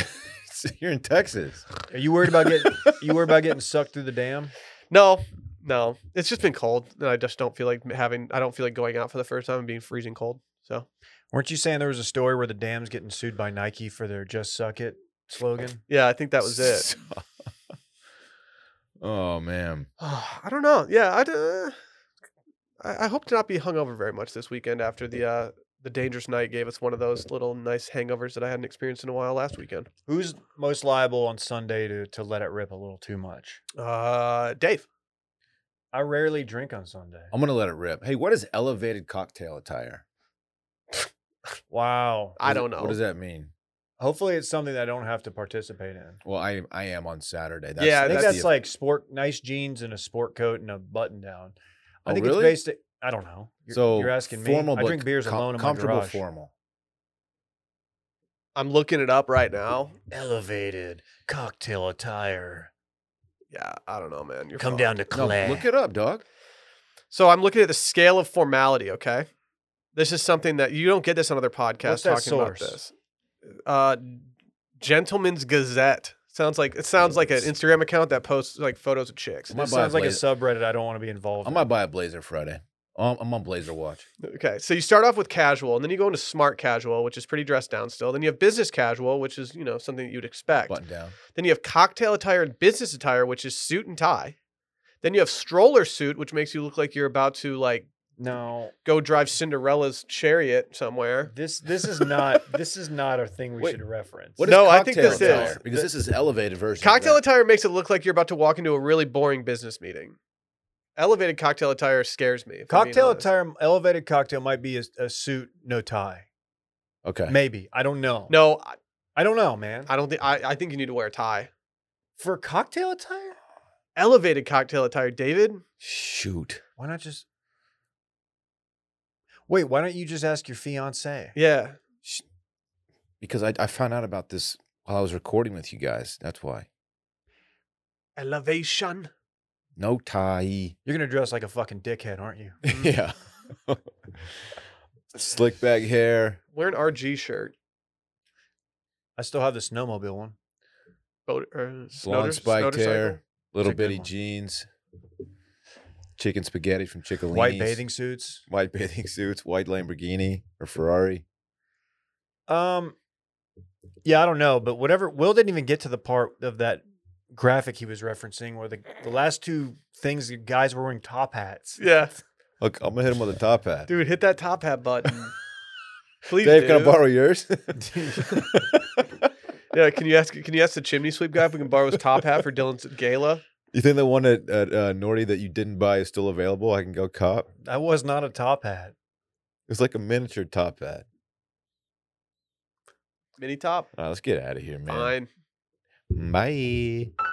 [SPEAKER 3] You're in Texas.
[SPEAKER 2] Are you worried about getting you worried about getting sucked through the dam?
[SPEAKER 1] no, no. It's just been cold, and I just don't feel like having. I don't feel like going out for the first time and being freezing cold. So
[SPEAKER 2] Weren't you saying there was a story where the dam's getting sued by Nike for their "Just Suck It" slogan?
[SPEAKER 1] yeah, I think that was it.
[SPEAKER 3] oh man.
[SPEAKER 1] I don't know. Yeah, I, d- uh, I I hope to not be hungover very much this weekend after the uh, the dangerous night gave us one of those little nice hangovers that I hadn't experienced in a while last weekend.
[SPEAKER 2] Who's most liable on Sunday to to let it rip a little too much?
[SPEAKER 1] Uh, Dave,
[SPEAKER 2] I rarely drink on Sunday.
[SPEAKER 3] I'm gonna let it rip. Hey, what is elevated cocktail attire?
[SPEAKER 2] Wow.
[SPEAKER 1] I
[SPEAKER 3] What does-
[SPEAKER 1] don't know.
[SPEAKER 3] What does that mean?
[SPEAKER 2] Hopefully, it's something that I don't have to participate in.
[SPEAKER 3] Well, I I am on Saturday.
[SPEAKER 1] Yeah,
[SPEAKER 2] I think
[SPEAKER 1] that's
[SPEAKER 2] that's,
[SPEAKER 3] the-
[SPEAKER 2] like sport, nice jeans and a sport coat and a button down. I
[SPEAKER 3] Oh,
[SPEAKER 2] think
[SPEAKER 3] really?
[SPEAKER 2] it's based. I don't know. You're,
[SPEAKER 3] so.
[SPEAKER 2] you're asking me.
[SPEAKER 3] formal,
[SPEAKER 2] I
[SPEAKER 3] but
[SPEAKER 2] drink beers
[SPEAKER 3] com-
[SPEAKER 2] alone in my
[SPEAKER 3] Comfortable
[SPEAKER 2] garage.
[SPEAKER 3] formal.
[SPEAKER 1] I'm looking it up right now.
[SPEAKER 2] Elevated cocktail attire.
[SPEAKER 1] Yeah, I don't know, man. You're
[SPEAKER 2] Come
[SPEAKER 1] fucked.
[SPEAKER 2] down to
[SPEAKER 3] No,
[SPEAKER 2] class.
[SPEAKER 3] look it up, dog.
[SPEAKER 1] So I'm looking at the scale of formality. Okay, this is something that you don't get this on other podcasts
[SPEAKER 2] What's that
[SPEAKER 1] talking about
[SPEAKER 2] source?
[SPEAKER 1] this. Uh, Gentleman's Gazette sounds like it sounds like an
[SPEAKER 3] It's-
[SPEAKER 1] Instagram account that posts like photos of chicks.
[SPEAKER 3] I might
[SPEAKER 2] This
[SPEAKER 3] buy a
[SPEAKER 2] sounds like a
[SPEAKER 3] blazer.
[SPEAKER 2] subreddit I don't want to be involved.
[SPEAKER 3] I
[SPEAKER 2] in.
[SPEAKER 3] might buy a blazer Friday. Um, I'm on blazer watch.
[SPEAKER 1] Okay, so you start off with casual, and then you go into smart casual, which is pretty dressed down still. Then you have business casual, which is you know something that you'd expect.
[SPEAKER 3] Button down.
[SPEAKER 1] Then you have cocktail attire and business attire, which is suit and tie. Then you have stroller suit, which makes you look like you're about to like
[SPEAKER 2] No,
[SPEAKER 1] Go drive Cinderella's chariot somewhere.
[SPEAKER 2] this this is not this is not a thing we
[SPEAKER 3] Wait,
[SPEAKER 2] should reference.
[SPEAKER 1] what is No, I think
[SPEAKER 3] cocktail
[SPEAKER 1] this is-
[SPEAKER 3] attire? because this is elevated version. of
[SPEAKER 1] Cocktail
[SPEAKER 3] that.
[SPEAKER 1] attire makes it look like you're about to walk into a really boring business meeting. Elevated cocktail attire scares me. if I'm being
[SPEAKER 2] cocktail
[SPEAKER 1] honest.
[SPEAKER 2] attire? Elevated cocktail might be a, a suit, no tie.
[SPEAKER 3] Okay.
[SPEAKER 2] Maybe I don't know.
[SPEAKER 1] No, I-
[SPEAKER 2] I don't know, man.
[SPEAKER 1] I don't think. I, I think you need to wear a tie.
[SPEAKER 2] For cocktail attire,
[SPEAKER 1] Elevated cocktail attire, David.
[SPEAKER 3] Shoot.
[SPEAKER 2] why not just? Wait, why don't you just ask your fiance?
[SPEAKER 1] Yeah.
[SPEAKER 3] Because I, I found out about this while I was recording with you guys. That's why.
[SPEAKER 1] Elevation.
[SPEAKER 3] No tie.
[SPEAKER 2] You're gonna dress like a fucking dickhead, aren't you?
[SPEAKER 1] Mm.
[SPEAKER 3] yeah. Slick back hair.
[SPEAKER 1] Wear an RG shirt.
[SPEAKER 2] I still have the snowmobile one.
[SPEAKER 1] Boat, er, or
[SPEAKER 3] Blonde spiked hair. Little
[SPEAKER 2] It's a good
[SPEAKER 3] bitty
[SPEAKER 2] one.
[SPEAKER 3] jeans. Chicken spaghetti from Chickalini's.
[SPEAKER 2] White bathing suits.
[SPEAKER 3] White bathing suits. White Lamborghini or Ferrari.
[SPEAKER 2] Um, yeah, I don't know, but whatever. Will didn't even get to the part of that graphic he was referencing, where the the last two things the guys were wearing top hats.
[SPEAKER 1] Yeah.
[SPEAKER 3] Look, I'm gonna hit him with a top hat.
[SPEAKER 1] Dude, hit that top hat button. Please.
[SPEAKER 3] Dave, can I
[SPEAKER 1] do.
[SPEAKER 3] borrow yours?
[SPEAKER 1] Yeah, can you ask can you ask the chimney sweep guy if we can borrow his top hat for Dylan's gala?
[SPEAKER 3] you think the one at, at uh, Norty that you didn't buy is still available? I can go cop.
[SPEAKER 2] That was not a top hat.
[SPEAKER 3] It's like a miniature top hat.
[SPEAKER 1] Mini top.
[SPEAKER 3] All right, let's get out of here, man.
[SPEAKER 1] Fine.
[SPEAKER 3] Bye.